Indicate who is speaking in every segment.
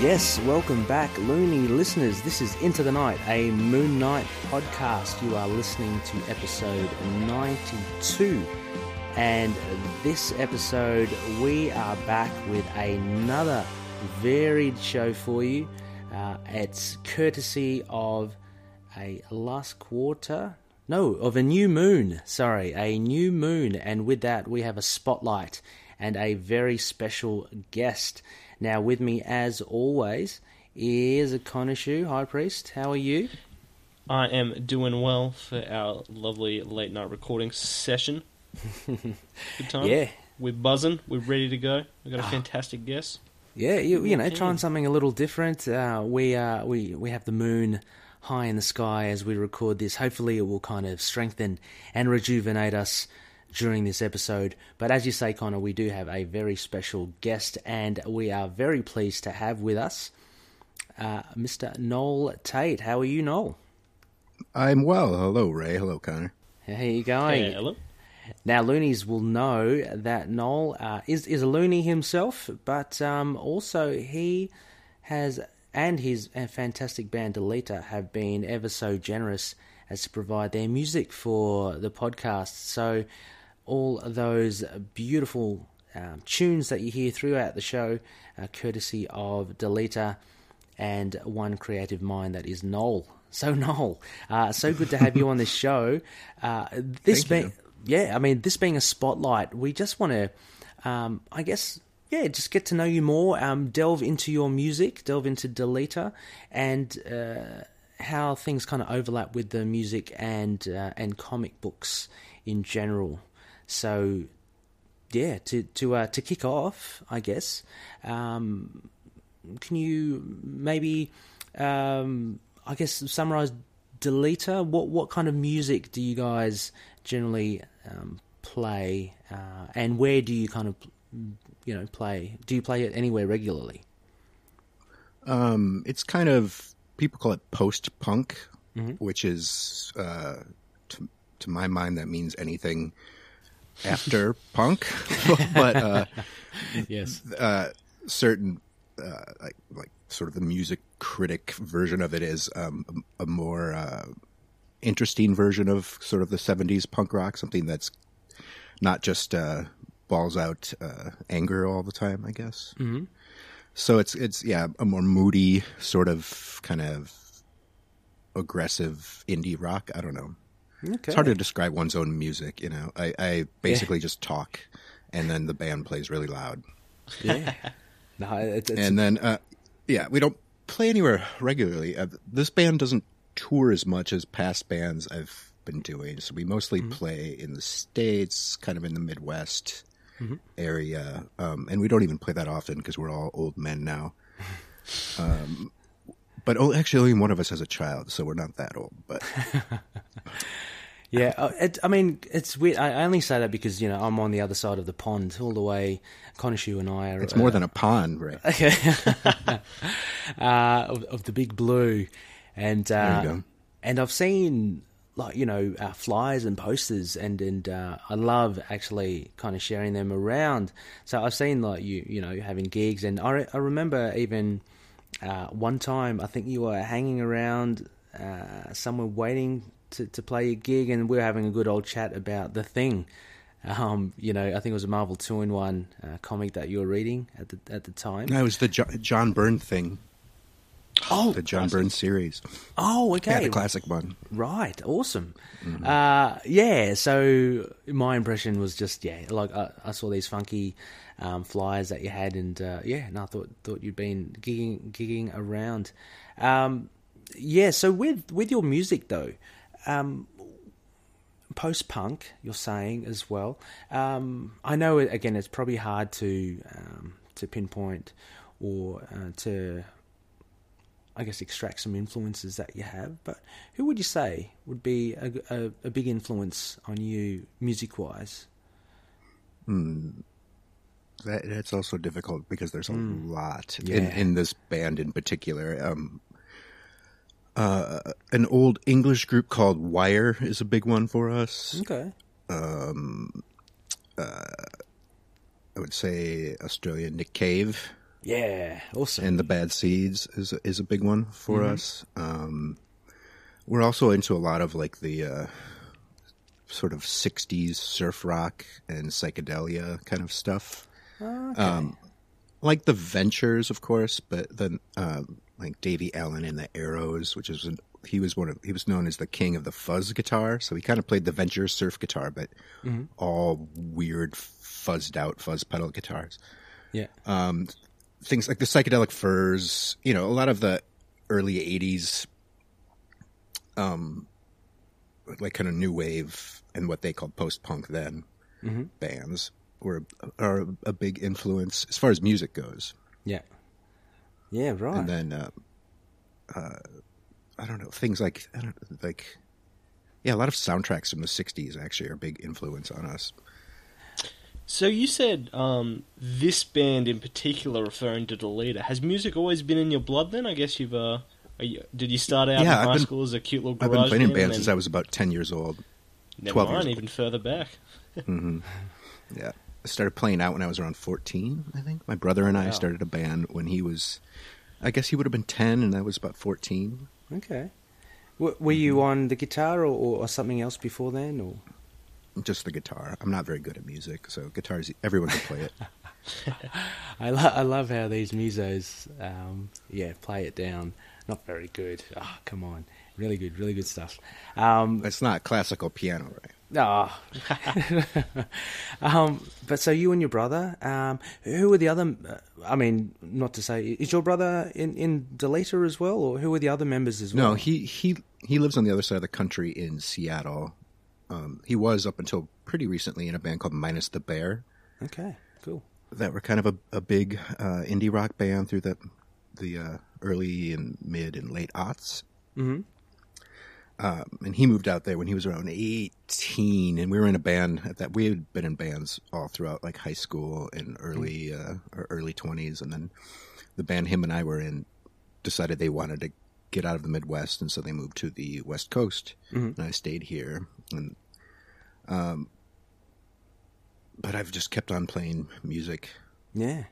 Speaker 1: Yes, welcome back, loony listeners. This is Into the Night, a Moon Knight podcast. You are listening to episode 92. And this episode, we are back with another varied show for you. Uh, it's courtesy of a last quarter, no, of a new moon. Sorry, a new moon. And with that, we have a spotlight and a very special guest. Now, with me, as always, is a Konishu High Priest. How are you?
Speaker 2: I am doing well for our lovely late night recording session. Good time.
Speaker 1: Yeah.
Speaker 2: We're buzzing. We're ready to go. We've
Speaker 3: Ah.
Speaker 2: got a fantastic guest.
Speaker 1: Yeah, you, you know,
Speaker 2: Okay.
Speaker 1: trying something a little different. Uh, we uh, we we have the moon high in the sky as we record this. Hopefully, it will kind of strengthen and rejuvenate us during this episode. But as you say, Connor, we do have a very special guest, and we are very pleased to have with us uh, Mr. Noel Tate. How are you, Noel?
Speaker 3: I'm well. Hello, Ray. Hello, Connor.
Speaker 1: How are you going?
Speaker 2: Hey, hello.
Speaker 1: Now, loonies will know that Noel uh, is is a loony himself, but um, also he has and his uh, fantastic band Delita have been ever so generous as to provide their music for the podcast. So, all those beautiful um, tunes that you hear throughout the show are courtesy of Delita and one creative mind that is Noel. So Noel, uh, so good to have you on this show. Uh, this
Speaker 3: Thank
Speaker 1: being, yeah, I mean, this being a spotlight, we just want to, um, I guess, yeah, just get to know you more, um, delve into your music, delve into Delita, and uh, how things kind of overlap with the music and uh, and comic books in general. So yeah, to to uh, to kick off, I guess. Um, can you maybe, um, I guess, summarize Delita? What what kind of music do you guys generally um, play, uh, and where do you kind of you know play? Do you play it anywhere regularly?
Speaker 3: Um, it's kind of people call it post punk, which is uh, to, to my mind that means anything after punk, but uh,
Speaker 1: Yes.
Speaker 3: certain uh, like like sort of the music critic version of it is um, a a more uh, interesting version of sort of the '70s punk rock, something that's not just uh, balls out uh, anger all the time, I guess. Mm-hmm. So it's it's yeah a more moody sort of kind of aggressive indie rock. I don't know.
Speaker 1: Okay.
Speaker 3: It's hard to describe one's own music, you know. I, I basically just talk, and then the band plays really loud
Speaker 1: yeah. No, it's, it's
Speaker 3: and then uh, yeah, we don't play anywhere regularly. Uh, this band doesn't tour as much as past bands I've been doing, so we mostly
Speaker 1: Mm-hmm.
Speaker 3: play in the states, kind of in the Midwest
Speaker 1: Mm-hmm.
Speaker 3: area, um, and we don't even play that often because we're all old men now. Um, but oh, actually, only one of us has a child, so we're not that old. But
Speaker 1: Yeah, uh, it, I mean, it's weird. I I only say that because you know I'm on the other side of the pond, all the way. Conishu and I are.
Speaker 3: it's more than a pond, right?
Speaker 1: uh, of, of the big blue, and uh,
Speaker 3: There you go.
Speaker 1: and I've seen like you know uh, flyers and posters, and and uh, I love actually kind of sharing them around. So I've seen like you you know having gigs, and I re- I remember even uh, one time I think you were hanging around uh, somewhere waiting. To, to play a gig, and we were having a good old chat about the thing. Um, you know, I think it was a Marvel two in one uh, comic that you were reading at the at the time.
Speaker 3: No, it was the jo- John Byrne thing,
Speaker 1: Oh,
Speaker 3: the John Byrne series,
Speaker 1: Oh, okay.
Speaker 3: yeah, the classic one.
Speaker 1: Right. Awesome. Uh, yeah. So my impression was just yeah, like I, I saw these funky um, flyers that you had, and uh, yeah, and I thought thought you'd been gigging gigging around. Um, yeah. So with with your music though, um, post punk, you're saying as well. Um, I know again, it's probably hard to um, to pinpoint or uh, to I guess, extract some influences that you have. But who would you say would be a, a, a big influence on you music wise?
Speaker 3: That, that's also difficult because there's a lot in,
Speaker 1: Yeah.
Speaker 3: in this band in particular. Um, uh, an old English group called Wire is a big one for us.
Speaker 1: Okay.
Speaker 3: I would say Australian Nick Cave
Speaker 1: Yeah, awesome.
Speaker 3: and the bad seeds is is a big one for us. Um, we're also into a lot of like the uh, sort of '60s surf rock and psychedelia kind of stuff. Um, like the Ventures, of course, but then um, like Davey Allen and the Arrows, which is an, he was one of he was known as the king of the fuzz guitar. So he kind of played the Ventures surf guitar, but all weird fuzzed out fuzz pedal guitars
Speaker 1: yeah,
Speaker 3: things like the psychedelic furs, you know, a lot of the early 80s um like kind of new wave and what they called post-punk then
Speaker 2: Mm-hmm.
Speaker 3: bands were are a big influence as far as music goes.
Speaker 1: yeah, yeah. Right.
Speaker 3: And then uh, uh I don't know, things like I don't like yeah, a lot of soundtracks from the 60s actually are a big influence on us.
Speaker 2: So you said um, this band in particular, referring to the leader, has music always been in your blood? Then I guess you've. Uh, are you, did you start out in
Speaker 3: Yeah, I've
Speaker 2: high
Speaker 3: been-
Speaker 2: school as a cute little
Speaker 3: I've
Speaker 2: garage
Speaker 3: been playing in
Speaker 2: band and
Speaker 3: bands since I
Speaker 2: then-
Speaker 3: was about 10 years old.
Speaker 2: Never
Speaker 3: 12 years
Speaker 2: mind,
Speaker 3: old.
Speaker 2: even further back.
Speaker 3: Yeah. I started playing out when I was around 14, I think. My brother and I
Speaker 2: Wow.
Speaker 3: started a band when he was, I guess he would have been 10 and I was about 14.
Speaker 1: okay. W- were you on the guitar or, or, or something else before then? Or
Speaker 3: Just the guitar. I'm not very good at music, so guitars, everyone can play it.
Speaker 1: I, lo- I love how these musos, um, yeah, play it down. Not very good. Ah, come on, really good, really good stuff. Um,
Speaker 3: it's not classical piano, right?
Speaker 1: Ah, um, but so you and your brother, um, who were the other? uh, I mean, not to say, is your brother in in Deleta as well, or who are the other members as well?
Speaker 3: No, he, he, he lives on the other side of the country in Seattle. Um, he was up until pretty recently in a band called Minus the Bear
Speaker 1: Okay, cool.
Speaker 3: that were kind of a, a big uh, indie rock band through the, the uh, early and mid and late aughts. Um,
Speaker 1: hmm
Speaker 3: and he moved out there when he was around 18 and we were in a band at that we had been in bands all throughout like high school and early uh, or early 20s and then the band him and i were in decided they wanted to get out of the midwest and so they moved to the west coast and i stayed here and um but i've just kept on playing music
Speaker 1: Yeah.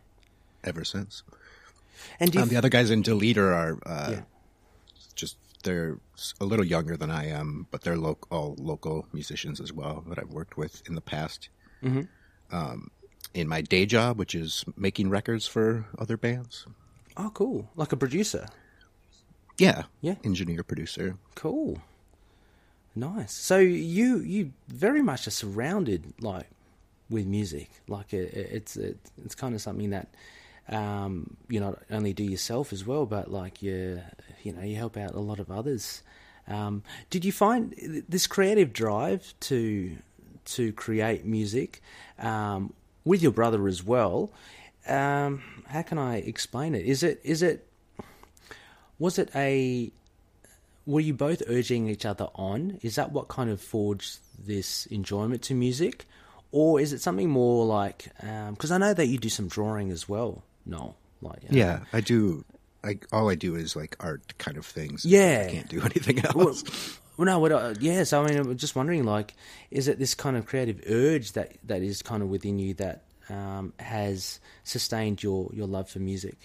Speaker 3: ever since
Speaker 1: And do you
Speaker 3: um, the other guys in Deleter are uh,
Speaker 1: Yeah.
Speaker 3: just they're s- a little younger than I am, but they're lo- all local musicians as well that I've worked with in the past.
Speaker 1: Mm-hmm.
Speaker 3: Um, in my day job, which is making records for other bands,
Speaker 1: oh, cool, like a producer.
Speaker 3: yeah,
Speaker 1: Yeah.
Speaker 3: engineer producer.
Speaker 1: Cool, nice. So you you very much are surrounded like with music. Like it, it- it's it, it's kind of something that um, you not only do yourself as well, but like you you know you help out a lot of others. Um, did you find th- this creative drive to to create music um, with your brother as well? Um, how can I explain it? Is it is it was it a were you both urging each other on? Is that what kind of forged this enjoyment to music, or is it something more like? Because I know that you do some drawing as well. No, like uh,
Speaker 3: Yeah, I do. I all I do is like art kind of things.
Speaker 1: Yeah.
Speaker 3: I can't do anything else.
Speaker 1: Well, well, no, what? I- Yeah, so I mean, I'm just wondering, like, is it this kind of creative urge that that is kind of within you that um, has sustained your your love for music?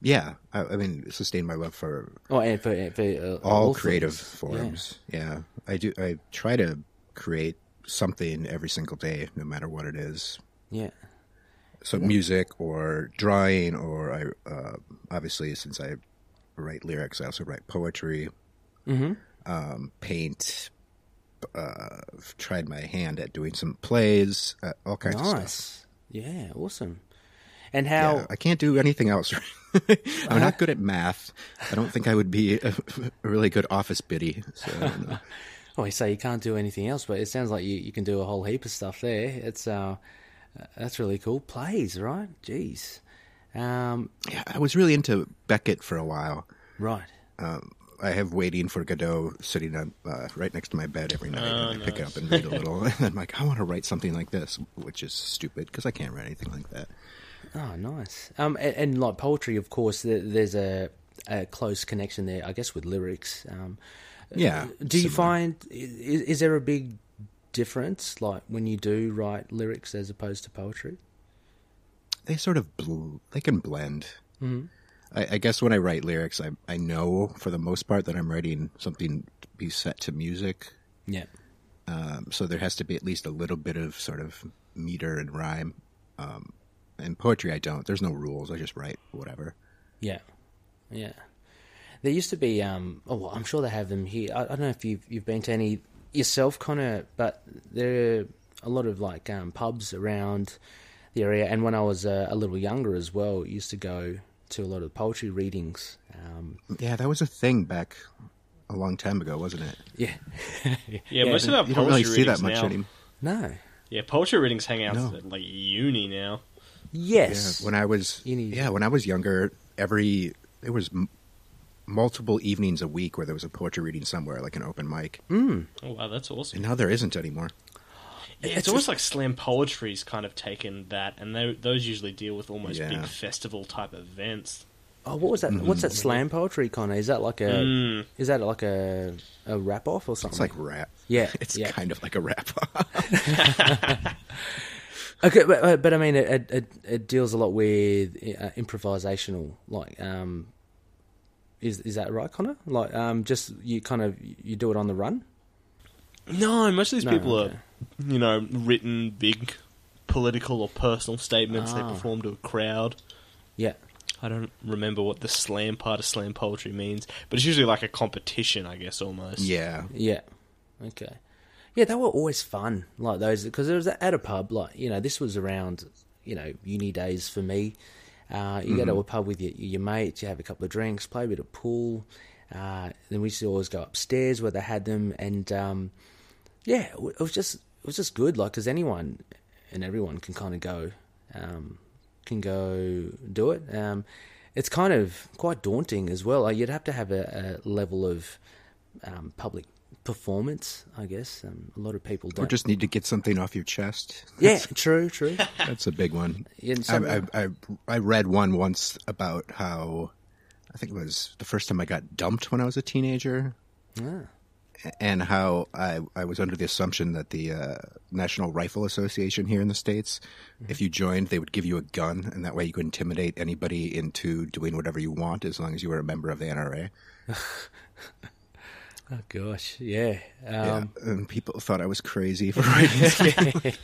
Speaker 3: yeah, I, I mean, sustain my love for
Speaker 1: Oh, and for, and for uh,
Speaker 3: all,
Speaker 1: things.
Speaker 3: creative
Speaker 1: Yeah.
Speaker 3: forms. Yeah. I do. I try to create something every single day, no matter what it is.
Speaker 1: yeah.
Speaker 3: So music or drawing, or I uh, obviously since I write lyrics, I also write poetry,
Speaker 1: Mm-hmm.
Speaker 3: um, paint. Uh, I've tried my hand at doing some plays, uh, all kinds of stuff.
Speaker 1: Nice. Yeah. Awesome. And how?
Speaker 3: Yeah, I can't do anything else. I'm
Speaker 1: Uh-huh.
Speaker 3: not good at math. I don't think I would be a, a really good office biddy. So I don't know.
Speaker 1: Oh, so you can't do anything else, but it sounds like you, you can do a whole heap of stuff there. It's uh, that's really cool. Plays, right? Jeez, um,
Speaker 3: Yeah, I was really into Beckett for a while.
Speaker 1: right.
Speaker 3: I have Waiting for Godot sitting on, uh, right next to my bed every night, and I
Speaker 1: Oh,
Speaker 3: pick it up and read a little. and I'm like, I want to write something like this, which is stupid because I can't write anything like that.
Speaker 1: Oh, nice. Um, and, and like poetry, of course, there, there's a, a close connection there, I guess, with lyrics. Um,
Speaker 3: Yeah.
Speaker 1: do you
Speaker 3: similar.
Speaker 1: find is, is there a big difference, like when you do write lyrics as opposed to poetry?
Speaker 3: they sort of bl- they can blend.
Speaker 1: Mm-hmm.
Speaker 3: I, I guess when I write lyrics, I I know for the most part that I'm writing something to be set to music.
Speaker 1: Yeah.
Speaker 3: Um, so there has to be at least a little bit of sort of meter and rhyme. Um, in poetry, I don't. There's no rules. I just write whatever.
Speaker 1: Yeah, yeah. There used to be. Um, oh, well, I'm sure they have them here. I, I don't know if you've you've been to any yourself, Connor, but there are a lot of like um, pubs around the area. And when I was uh, a little younger as well, used to go to a lot of poetry readings. Um,
Speaker 3: Yeah, that was a thing back a long time ago, wasn't it?
Speaker 1: yeah,
Speaker 2: Yeah, most of our poetry
Speaker 3: you don't really see that
Speaker 2: readings
Speaker 3: much
Speaker 2: now.
Speaker 3: anymore.
Speaker 1: no,
Speaker 2: Yeah, poetry readings hang out
Speaker 3: No.
Speaker 2: at like uni now.
Speaker 3: Yeah,
Speaker 1: yes,
Speaker 3: when I was
Speaker 1: You need-
Speaker 3: yeah, when I was younger, every there was m- multiple evenings a week where there was a poetry reading somewhere, like an open mic.
Speaker 1: Hmm.
Speaker 2: Oh wow, that's awesome.
Speaker 3: And now there isn't anymore.
Speaker 2: Yeah, it's,
Speaker 1: It's
Speaker 2: almost like slam poetry's kind of taken that, and they, those usually deal with almost
Speaker 3: Yeah.
Speaker 2: big festival type events.
Speaker 1: Oh, what was that?
Speaker 3: Mm-hmm.
Speaker 1: What's that slam poetry, Connor? Is that like a
Speaker 2: Mm.
Speaker 1: is that like a a wrap off or something?
Speaker 3: It's like rap.
Speaker 1: Yeah,
Speaker 3: it's
Speaker 1: yeah.
Speaker 3: kind of like a rap.
Speaker 1: Okay, but, uh, but, but I mean, it, it- it it deals a lot with uh, improvisational. Like, um, is is that right, Connor? Like, um, just you kind of you do it on the run.
Speaker 2: No, most of these
Speaker 1: No,
Speaker 2: people
Speaker 1: okay.
Speaker 2: are, you know, written big political or personal statements they
Speaker 1: Ah.
Speaker 2: perform to a crowd.
Speaker 1: Yeah,
Speaker 2: I don't remember what the slam part of slam poetry means, but it's usually like a competition, I guess, almost.
Speaker 3: yeah.
Speaker 1: yeah, okay, yeah. They were always fun, like those, because there was at a pub. Like, you know, this was around, you know, uni days for me. Uh, you go to a pub with your your mates, you have a couple of drinks, play a bit of pool. Uh, then we used to always go upstairs where they had them, and um, yeah, it wa- it was just it was just good, like because anyone and everyone can kind of go, um, can go do it. Um, it's kind of quite daunting as well. Like, you'd have to have a, a level of um, public performance, I guess. Um, a lot of people
Speaker 3: Or
Speaker 1: don't.
Speaker 3: just need to get something off your chest.
Speaker 1: yeah, true, true.
Speaker 3: That's a big one.
Speaker 1: Yeah, and
Speaker 3: I,
Speaker 1: some-
Speaker 3: I, I I read one once about how I think it was the first time I got dumped when I was a teenager,
Speaker 1: Ah.
Speaker 3: and how I I was under the assumption that the uh, National Rifle Association here in the states,
Speaker 1: Mm-hmm.
Speaker 3: if you joined, they would give you a gun, and that way you could intimidate anybody into doing whatever you want as long as you were a member of the NRA.
Speaker 1: Oh gosh, yeah. Um,
Speaker 3: yeah, and people thought I was crazy for writing. this book.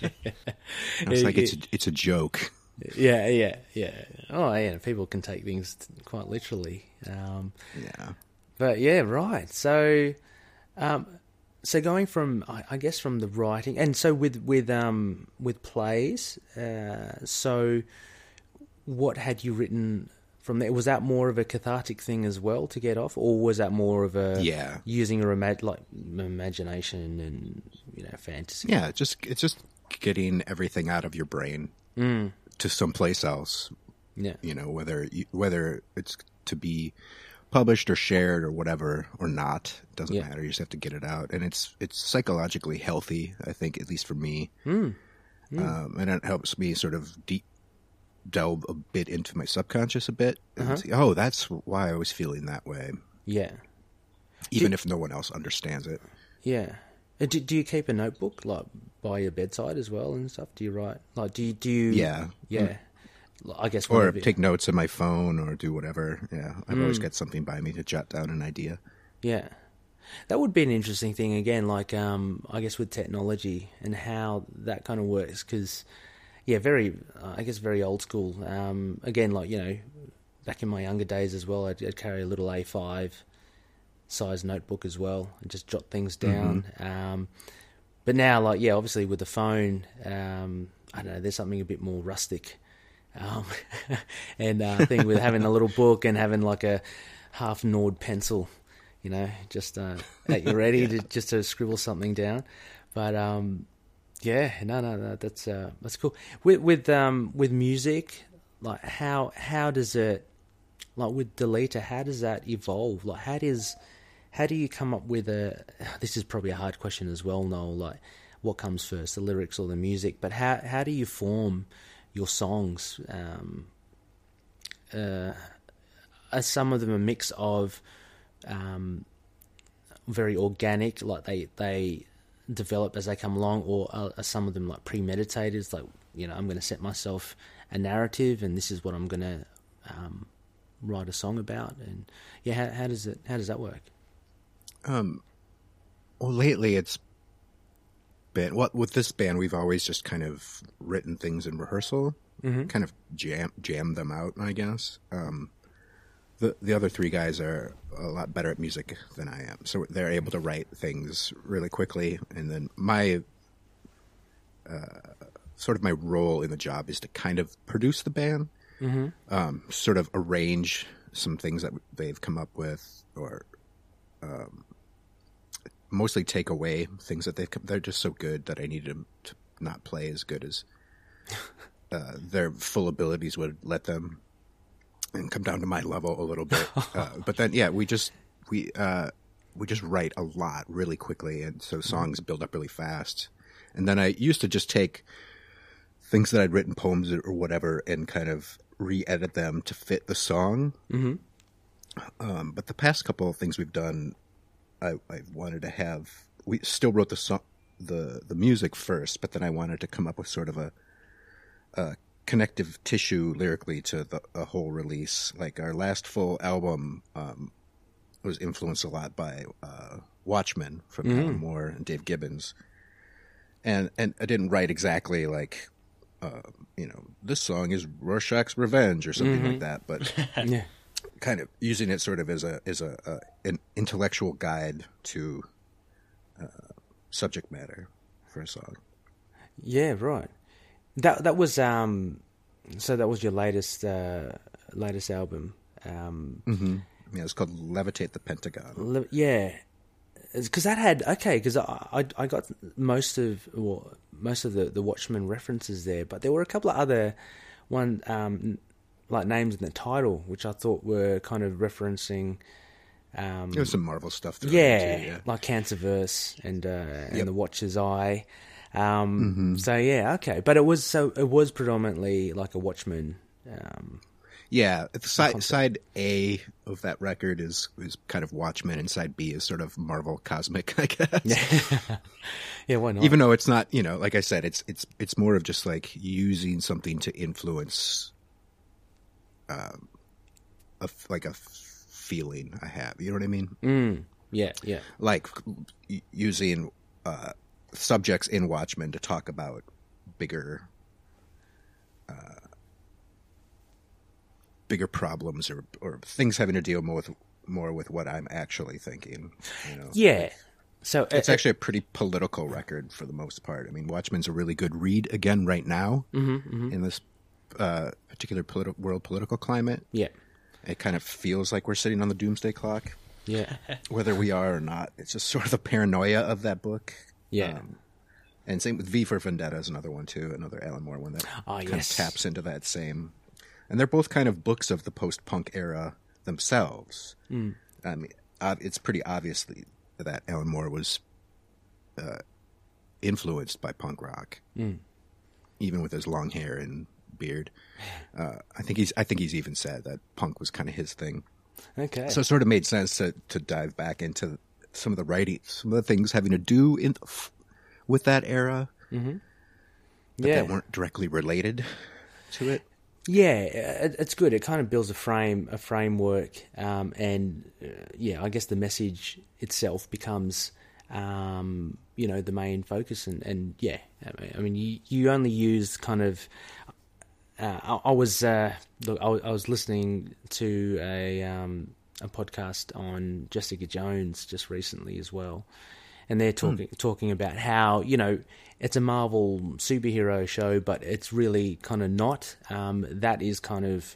Speaker 3: I was like, it's a, it's a joke.
Speaker 1: yeah, yeah, yeah. Oh, yeah. People can take things quite literally. Um,
Speaker 3: Yeah.
Speaker 1: But yeah, right. So, um, so going from I, I guess from the writing, and so with with um with plays. Uh, so, what had you written from there? Was that more of a cathartic thing as well to get off, or was that more of a
Speaker 3: Yeah.
Speaker 1: using your ima- like imagination and you know fantasy?
Speaker 3: Yeah, just it's just getting everything out of your brain to someplace else.
Speaker 1: Yeah,
Speaker 3: You know, whether you, whether it's to be published or shared or whatever or not, it doesn't
Speaker 1: Yeah.
Speaker 3: matter. You just have to get it out, and it's it's psychologically healthy. I think, at least for me, Um, and it helps me sort of deep delve a bit into my subconscious a bit and see, oh, that's why I was feeling that way,
Speaker 1: yeah,
Speaker 3: even if no one else understands it.
Speaker 1: yeah. Uh, Do, do you keep a notebook like by your bedside as well and stuff? Do you write like do you do you
Speaker 3: Yeah. Mm.
Speaker 1: yeah? Like, I guess
Speaker 3: or
Speaker 1: whenever-
Speaker 3: take notes on my phone or do whatever. Yeah, I've always got something by me to jot down an idea.
Speaker 1: Yeah. That would be an interesting thing again, like um, I guess with technology and how that kind of works. Because yeah, very uh, I guess very old school. Um, again, like you know, back in my younger days as well, I'd, I'd carry a little A5 size notebook as well and just jot things down. Um, but now, like yeah, obviously with the phone, um, I don't know. There's something a bit more rustic. Um, and uh, I think with having a little book and having like a half gnawed pencil, you know, just uh, at your ready to just to scribble something down. But um, yeah, no, no, no that's uh, that's cool. With with um, with music, like how how does it like with Deleter, how does that evolve? Like how does how do you come up with a this is probably a hard question as well, Noel, like what comes first, the lyrics or the music, but how how do you form your songs? Um uh are some of them a mix of um very organic, like they they develop as they come along, or are, are some of them like premeditated? It's like you know, I'm going to set myself a narrative, and this is what I'm going to um, write a song about. And yeah, how, how does it? How does that work?
Speaker 3: Um, well, lately it's been what with this band we've always just kind of written things in rehearsal, kind of jam jam them out, I guess. Um, the the other three guys are a lot better at music than I am, so they're able to write things really quickly. And then my uh, sort of my role in the job is to kind of produce the band, um, sort of arrange some things that they've come up with, or um, mostly take away things that they've come. They're just so good that I needed them to not play as good as uh, their full abilities would let them and come down to my level a little bit. uh, but then, yeah, we just we uh, we just write a lot really quickly, and so songs build up really fast. And then I used to just take things that I'd written poems or whatever and kind of re-edit them to fit the song. Um, but the past couple of things we've done, I, I wanted to have. We still wrote the song, the the music first, but then I wanted to come up with sort of a connective tissue lyrically to the a whole release. Like our last full album um, was influenced a lot by uh, Watchmen from Alan Moore and Dave Gibbons, and and I didn't write exactly like. Uh, you know, this song is Rorschach's Revenge or something like that, but
Speaker 1: yeah.
Speaker 3: kind of using it sort of as a as a, a an intellectual guide to uh, subject matter for a song.
Speaker 1: Yeah, right. That that was um, so that was your latest uh, latest album. Um,
Speaker 3: Yeah, it's called Levitate the Pentagon.
Speaker 1: le- yeah, because that had okay. Because I, I I got most of well most of the the Watchmen references there, but there were a couple of other one um like names in the title which I thought were kind of referencing um
Speaker 3: There's some Marvel stuff. thrown in
Speaker 1: yeah,
Speaker 3: too, yeah.
Speaker 1: like Cancerverse and uh, and the Watcher's Eye. Um,
Speaker 3: Mm-hmm.
Speaker 1: So yeah, okay, but it was so it was predominantly like a Watchman. Um,
Speaker 3: Yeah, the side side A of that record is is kind of Watchmen, and side B is sort of Marvel cosmic, I guess.
Speaker 1: yeah, why not?
Speaker 3: Even though it's not, you know, like I said, it's it's it's more of just like using something to influence, um, a f- like a f- feeling I have. You know what I mean?
Speaker 1: yeah, yeah,
Speaker 3: Like y- using uh, subjects in Watchmen to talk about bigger. Uh, bigger problems or or things having to deal more with more with what I'm actually thinking. You know?
Speaker 1: yeah. So uh,
Speaker 3: It's actually a pretty political record for the most part. I mean, Watchmen's a really good read again right now in this uh, particular politi- world political climate.
Speaker 1: yeah,
Speaker 3: It kind of feels like we're sitting on the doomsday clock,
Speaker 1: yeah,
Speaker 3: whether we are or not. It's just sort of the paranoia of that book.
Speaker 1: yeah.
Speaker 3: Um, And same with V for Vendetta is another one too, another Alan Moore one that
Speaker 1: Ah,
Speaker 3: kind
Speaker 1: yes.
Speaker 3: of taps into that same. And they're both kind of books of the post-punk era themselves.
Speaker 1: Hmm.
Speaker 3: I mean, ob- it's pretty obviously that Alan Moore was uh, influenced by punk rock,
Speaker 1: Hmm.
Speaker 3: even with his long hair and beard. Uh, I think he's. I think he's even said that punk was kind of his thing.
Speaker 1: okay.
Speaker 3: So it sort of made sense to, to dive back into some of the writing, some of the things having to do in with that era
Speaker 1: yeah.
Speaker 3: that weren't directly related to it.
Speaker 1: Yeah, it, it's good. It kind of builds a frame, a framework, um, and uh, yeah, I guess the message itself becomes, um, you know, the main focus. And, and yeah, I mean- I mean, you, you only use kind of. Uh, I, I was uh, look, I, was- I was listening to a um, a podcast on Jessica Jones just recently as well, and they're
Speaker 3: Hmm.
Speaker 1: talking talking about how you know it's a Marvel superhero show, but it's really kind of not. Um, that is kind of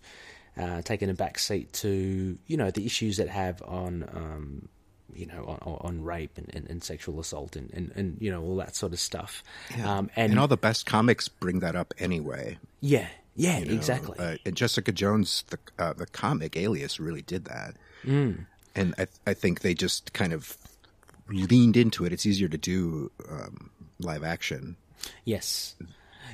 Speaker 1: uh, taking a back seat to you know the issues that have on um, you know on- on, on rape and, and, and sexual assault and, and, and you know all that sort of stuff. Um, and
Speaker 3: And all the best comics bring that up anyway.
Speaker 1: yeah, yeah,
Speaker 3: you know.
Speaker 1: exactly.
Speaker 3: Uh, and Jessica Jones, the uh, the comic Alias, really did that.
Speaker 1: Mm.
Speaker 3: And I I think they just kind of leaned into it. It's easier to do um, live action
Speaker 1: yes.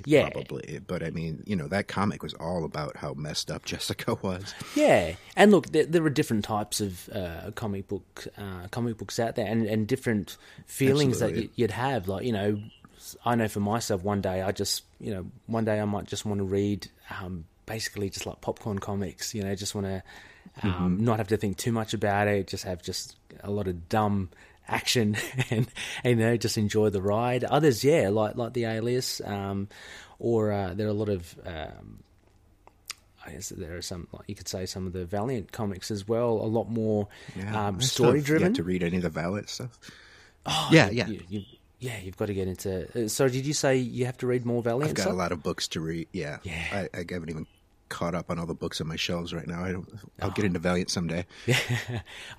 Speaker 1: Yeah.
Speaker 3: probably. But I mean, you know, that comic was all about how messed up Jessica was.
Speaker 1: Yeah, and look, there, there are different types of uh, comic book uh, comic books out there, and, and different feelings that
Speaker 3: Absolutely.
Speaker 1: y- you'd have. Like you know, I know for myself, one day I just you know, one day I might just want to read um, basically just like popcorn comics. You know, just want to um,
Speaker 3: Mm-hmm.
Speaker 1: not have to think too much about it. Just have just a lot of dumb action and, and you know just enjoy the ride. Others, yeah, like like the Alias, um, or uh, there are a lot of um, I guess that there are some, like you could say, some of the Valiant comics as well, a lot more um,
Speaker 3: I still
Speaker 1: story
Speaker 3: have yet
Speaker 1: driven. Oh,
Speaker 3: To read any of the Valet stuff. yeah, yeah.
Speaker 1: You, you, yeah, you've got to get into. Uh, so, did you say you have to read more Valiant
Speaker 3: I've got
Speaker 1: stuff?
Speaker 3: a lot of books to read. Yeah,
Speaker 1: Yeah.
Speaker 3: I, I haven't even caught up on all the books on my shelves right now. I don't. I'll get into Valiant someday.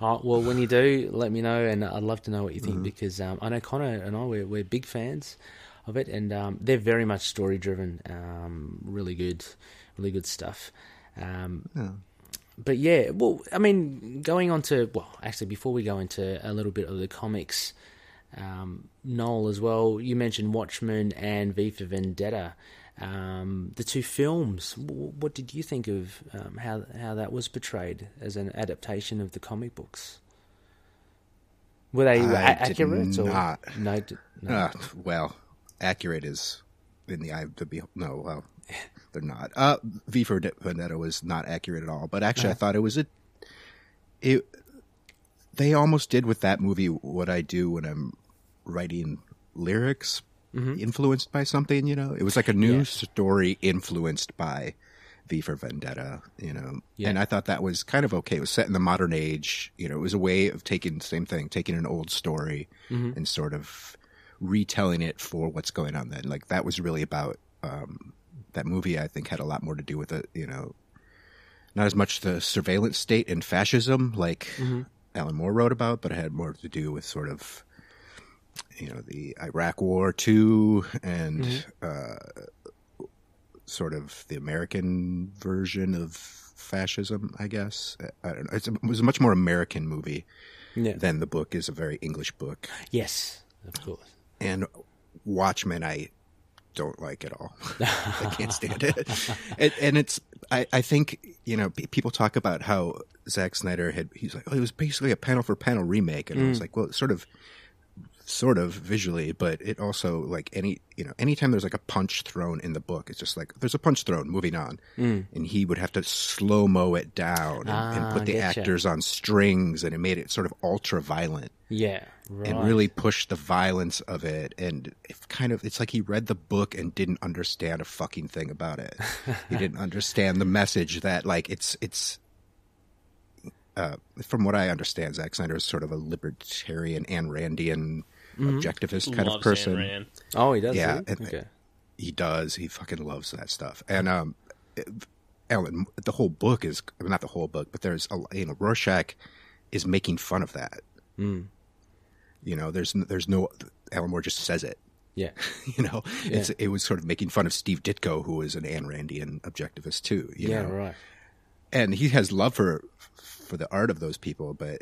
Speaker 1: Uh, well, when you do, let me know, and I'd love to know what you think
Speaker 3: Mm-hmm.
Speaker 1: because um, I know Connor and I we're, we're big fans of it, and um, they're very much story driven. Um, really good, really good stuff. Um, But yeah, well, I mean, going on to well, actually, before we go into a little bit of the comics, um, Noel as well. You mentioned Watchmen and V for Vendetta, um, the two films. W- what did you think of um, how how that was portrayed as an adaptation of the comic books? Were they a-
Speaker 3: I did
Speaker 1: accurate or
Speaker 3: not.
Speaker 1: no? d- no.
Speaker 3: Uh, well, accurate is in the eye of the beholder. No, well, they're not. Uh, v for De- Vendetta was not accurate at all. But actually, I thought it was a. It. They almost did with that movie what I do when I'm writing lyrics influenced by something. You know, it was like a new
Speaker 1: Yeah.
Speaker 3: story influenced by V for Vendetta. You know,
Speaker 1: Yeah.
Speaker 3: and I thought that was kind of okay. It was set in the modern age. You know, it was a way of taking same thing, taking an old story and sort of retelling it for what's going on then. Like that was really about um, that movie. I think had a lot more to do with it. You know, not as much the surveillance state and fascism like Alan Moore wrote about, but it had more to do with sort of you know the Iraq War too, and uh, sort of the American version of fascism. I guess I I don't know. It's a, it was a much more American movie
Speaker 1: Yeah.
Speaker 3: than the book is a very English book.
Speaker 1: Yes, of course.
Speaker 3: And Watchmen, I don't like at all. I can't stand it. And, and it's, I, I think, you know, pe- people talk about how Zack Snyder had, he's like, oh, it was basically a panel for panel remake. And I
Speaker 1: Mm.
Speaker 3: was like, well, sort of, sort of visually, but it also, like, any, you know, anytime there's like a punch thrown in the book, it's just like, there's a punch thrown, moving on. And he would have to slow mo it down and,
Speaker 1: Mm. Ah,
Speaker 3: and put the
Speaker 1: getcha.
Speaker 3: actors on strings. And it made it sort of ultra violent
Speaker 1: Yeah, right.
Speaker 3: and really push the violence of it and it kind of it's like he read the book and didn't understand a fucking thing about it he didn't understand the message that like it's it's uh, from what I understand, Zack Snyder is sort of a libertarian, Ayn Randian, objectivist kind
Speaker 2: Mm-hmm.
Speaker 3: of
Speaker 2: Loves
Speaker 3: person
Speaker 2: Ayn Rand.
Speaker 1: Oh, he does.
Speaker 3: Yeah,
Speaker 1: Yeah.
Speaker 3: and-
Speaker 1: okay.
Speaker 3: he does. He fucking loves that stuff. And um, Ellen, the whole book is I mean, not the whole book, but there's a you know Rorschach is making fun of that.
Speaker 1: Hmm.
Speaker 3: You know, there's n- there's no Alan Moore just says it.
Speaker 1: Yeah.
Speaker 3: You know, it's it was sort of making fun of Steve Ditko, who is an Ayn Randian objectivist too. You
Speaker 1: Yeah.
Speaker 3: know?
Speaker 1: Right.
Speaker 3: and he has love for for the art of those people, but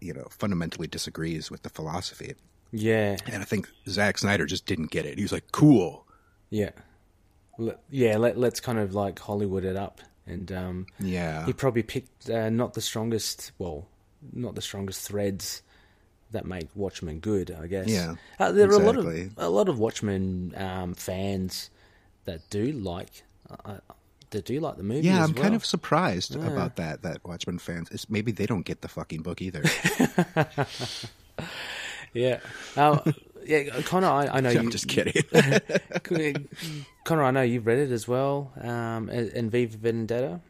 Speaker 3: you know, fundamentally disagrees with the philosophy.
Speaker 1: Yeah.
Speaker 3: And I think Zack Snyder just didn't get it. He was like, "Cool,
Speaker 1: Yeah. Let, yeah, let, let's kind of like Hollywood it up. And um,
Speaker 3: yeah."
Speaker 1: he probably picked uh, not the strongest, well, not the strongest threads that make Watchmen good, I guess.
Speaker 3: Yeah,
Speaker 1: Uh, there are a lot
Speaker 3: exactly.
Speaker 1: of a lot of Watchmen um, fans that do like uh, that do like the movie.
Speaker 3: Yeah,
Speaker 1: as
Speaker 3: I'm kind
Speaker 1: well.
Speaker 3: of surprised about that. That Watchmen fans, it's, maybe they don't get the fucking book either.
Speaker 1: yeah. Uh, yeah, Connor, I, I know
Speaker 3: I'm
Speaker 1: you.
Speaker 3: just kidding.
Speaker 1: Connor, I know you've read it as well, um, and, and V for Vendetta.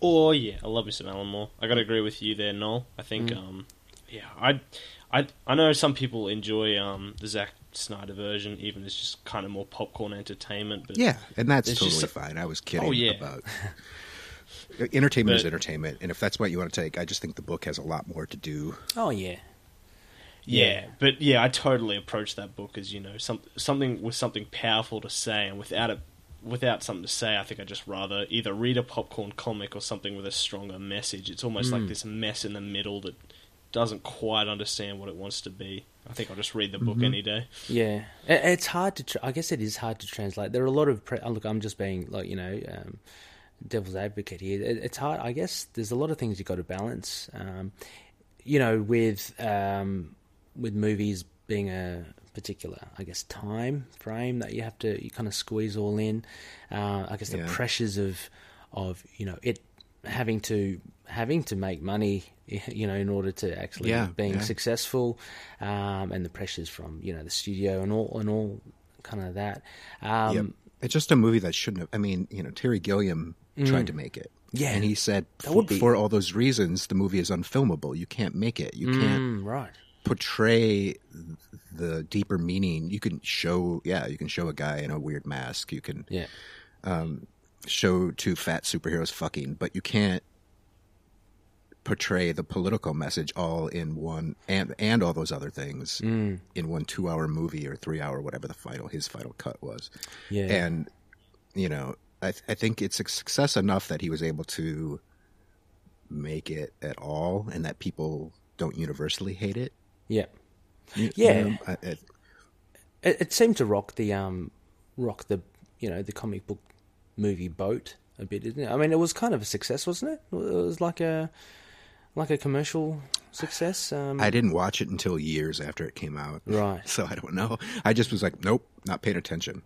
Speaker 2: Oh yeah, I love me some Alan Moore. I gotta agree with you there, Noel. I think um yeah, I I I know some people enjoy um the Zack Snyder version, even it's just kind of more popcorn entertainment, but
Speaker 3: yeah, and that's
Speaker 2: It's
Speaker 3: totally
Speaker 2: just-
Speaker 3: fine. I was kidding
Speaker 2: Oh, yeah.
Speaker 3: about entertainment is
Speaker 2: But-
Speaker 3: entertainment, and if that's what you want to take, I just think the book has a lot more to do.
Speaker 1: Oh yeah,
Speaker 2: yeah,
Speaker 1: Yeah.
Speaker 2: but yeah, I totally approach that book as, you know, some something with something powerful to say and without it without something to say, I think I'd just rather either read a popcorn comic or something with a stronger message. It's almost like this mess in the middle that doesn't quite understand what it wants to be. I think I'll just read the book any day.
Speaker 1: Yeah, I- it's hard to. Tra- I guess it is hard to translate. There are a lot of pre- oh, look. I'm just being like you know, um, devil's advocate here. It, it's hard. I guess there's a lot of things you got to balance. Um, you know, with um, with movies being a particular, I guess, time frame that you have to you kind of squeeze all in. Uh, I guess the
Speaker 3: Yeah.
Speaker 1: pressures of of you know it having to having to make money you know in order to actually
Speaker 3: Yeah,
Speaker 1: being
Speaker 3: yeah.
Speaker 1: successful successful, um, and the pressures from you know the studio and all and all kind of that. Um,
Speaker 3: Yep. It's just a movie that shouldn't have. I mean, you know, Terry Gilliam tried to make it.
Speaker 1: Mm. Yeah,
Speaker 3: And he said,
Speaker 1: that would
Speaker 3: for,
Speaker 1: be-
Speaker 3: for all those reasons, the movie is unfilmable. You can't make it. You can't
Speaker 1: mm, right.
Speaker 3: portray the deeper meaning. You can show, yeah, you can show a guy in a weird mask. You can
Speaker 1: Yeah.
Speaker 3: show two fat superheroes fucking, but you can't portray the political message all in one and and all those other things
Speaker 1: Mm.
Speaker 3: in one two hour movie or three hour whatever the final his final cut was
Speaker 1: Yeah.
Speaker 3: and you know I, th- I think it's a success enough that he was able to make it at all and that people don't universally hate it
Speaker 1: Yeah.
Speaker 3: You- you
Speaker 1: Yeah.
Speaker 3: know, I, I,
Speaker 1: It, it seemed to rock the um, rock the you know the comic book movie boat a bit, didn't it? I mean, it was kind of a success, wasn't it? It was like a like a commercial success. Um,
Speaker 3: I didn't watch it until years after it came out
Speaker 1: Right.
Speaker 3: so i don't know i just was like nope not paying attention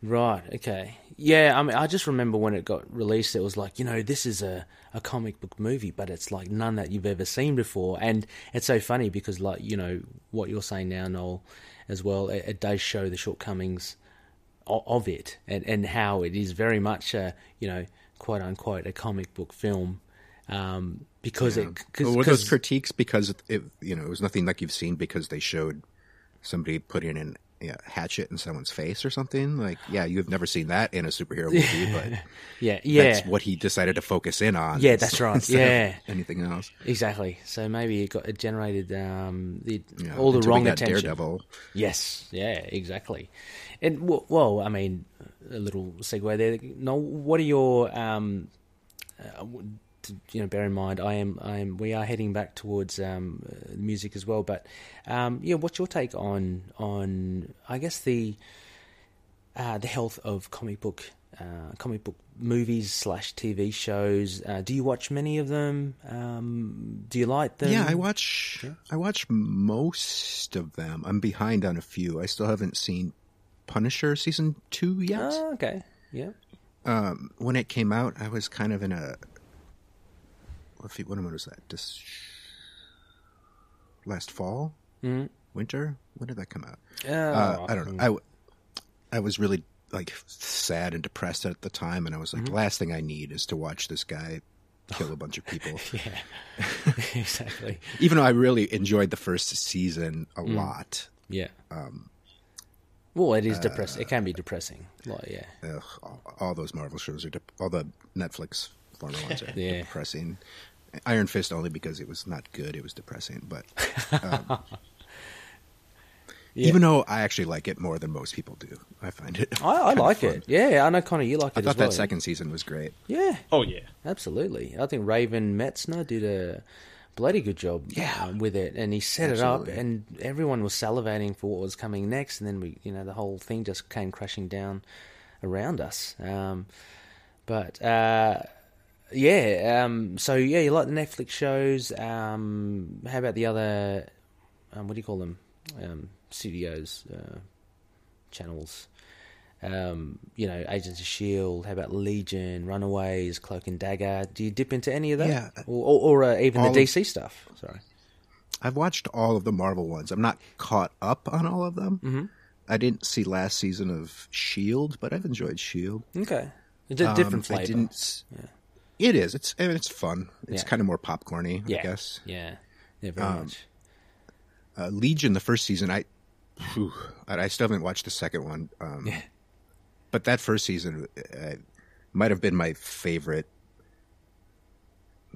Speaker 1: Right. Okay. Yeah. I mean, I just remember when it got released, it was like, you know, this is a, a comic book movie, but it's like none that you've ever seen before. And it's so funny because, like, you know, what you're saying now, Noel, as well, it, it does show the shortcomings o- of it and, and how it is very much a, you know, quote unquote, a comic book film. Um, because it, cause,
Speaker 3: Well, were those
Speaker 1: 'cause-
Speaker 3: critiques because it, you know it was nothing like you've seen because they showed somebody putting in yeah, hatchet in someone's face or something like yeah you've never seen that in a superhero movie but
Speaker 1: yeah, yeah.
Speaker 3: that's what he decided to focus in on
Speaker 1: Yeah, that's right.
Speaker 3: instead of
Speaker 1: Yeah.
Speaker 3: anything else
Speaker 1: Exactly. So maybe it got it generated um, the,
Speaker 3: You know,
Speaker 1: all the
Speaker 3: until we
Speaker 1: wrong
Speaker 3: got
Speaker 1: attention.
Speaker 3: Daredevil
Speaker 1: Yes. Yeah. Exactly. And w- well, I mean, a little segue there. No, what are your um, uh, w- t- you know, bear in mind, I am, I am, we are heading back towards um, uh, music as well. But um, yeah, what's your take on on I guess the uh, the health of comic book uh, comic book movies slash TV shows? Uh, do you watch many of them? Um, do you like them?
Speaker 3: yeah I watch I watch most of them I'm behind on a few I still haven't seen Punisher season two yet
Speaker 1: Oh, okay. Yeah.
Speaker 3: um, when it came out, I was kind of in a. What, fe- what month was that? Just last fall,
Speaker 1: Mm.
Speaker 3: winter. When did that come out?
Speaker 1: Oh,
Speaker 3: Uh, I don't know. I, w- I was really like sad and depressed at the time, and I was like,
Speaker 1: Mm-hmm.
Speaker 3: the last thing I need is to watch this guy kill a bunch of people.
Speaker 1: Yeah, exactly.
Speaker 3: Even though I really enjoyed the first season a
Speaker 1: Mm.
Speaker 3: lot.
Speaker 1: Yeah.
Speaker 3: Um,
Speaker 1: well, it
Speaker 3: uh,
Speaker 1: is depressing. It can be depressing. Like, yeah,
Speaker 3: Ugh, all, all those Marvel shows are, dep all the Netflix former ones are
Speaker 1: Yeah.
Speaker 3: depressing. Iron Fist only because it was not good; it was depressing. But um,
Speaker 1: yeah.
Speaker 3: even though I actually like it more than most people do, I find it.
Speaker 1: I, I
Speaker 3: kind of
Speaker 1: like
Speaker 3: fun.
Speaker 1: it. Yeah, I know Connor, you like
Speaker 3: I
Speaker 1: it
Speaker 3: thought
Speaker 1: as well.
Speaker 3: that second season was great.
Speaker 1: Yeah,
Speaker 2: Oh yeah,
Speaker 1: absolutely. I think Raven Metzner did a bloody good job
Speaker 3: Yeah.
Speaker 1: um, with it, and he set it up,
Speaker 3: Absolutely.
Speaker 1: and everyone was salivating for what was coming next, and then we, you know, the whole thing just came crashing down around us. Um, but uh, yeah, um, so yeah, you like the Netflix shows. Um, how about the other? Um, what do you call them? Um, studios, uh, channels. Um, you know, Agents of Shield. E How about Legion, Runaways, Cloak and Dagger? Do you dip into any of that?
Speaker 3: Yeah.
Speaker 1: or, or, or uh, even
Speaker 3: All of-
Speaker 1: the DC stuff. Sorry.
Speaker 3: I've watched all of the Marvel ones. I'm not caught up on all of them. Mm-hmm. I didn't see last season of Shield, E but I've enjoyed Shield.
Speaker 1: Okay, it's a
Speaker 3: E Um,
Speaker 1: different flavor.
Speaker 3: I didn't. s- It is. It's. I mean, it's fun. It's
Speaker 1: Yeah.
Speaker 3: kind of more popcorny,
Speaker 1: yeah.
Speaker 3: I guess. Um,
Speaker 1: Yeah. Yeah. Very much.
Speaker 3: uh, Legion, the first season, I, phew, I I still haven't watched the second one. Um,
Speaker 1: Yeah.
Speaker 3: But that first season uh, might have been my favorite,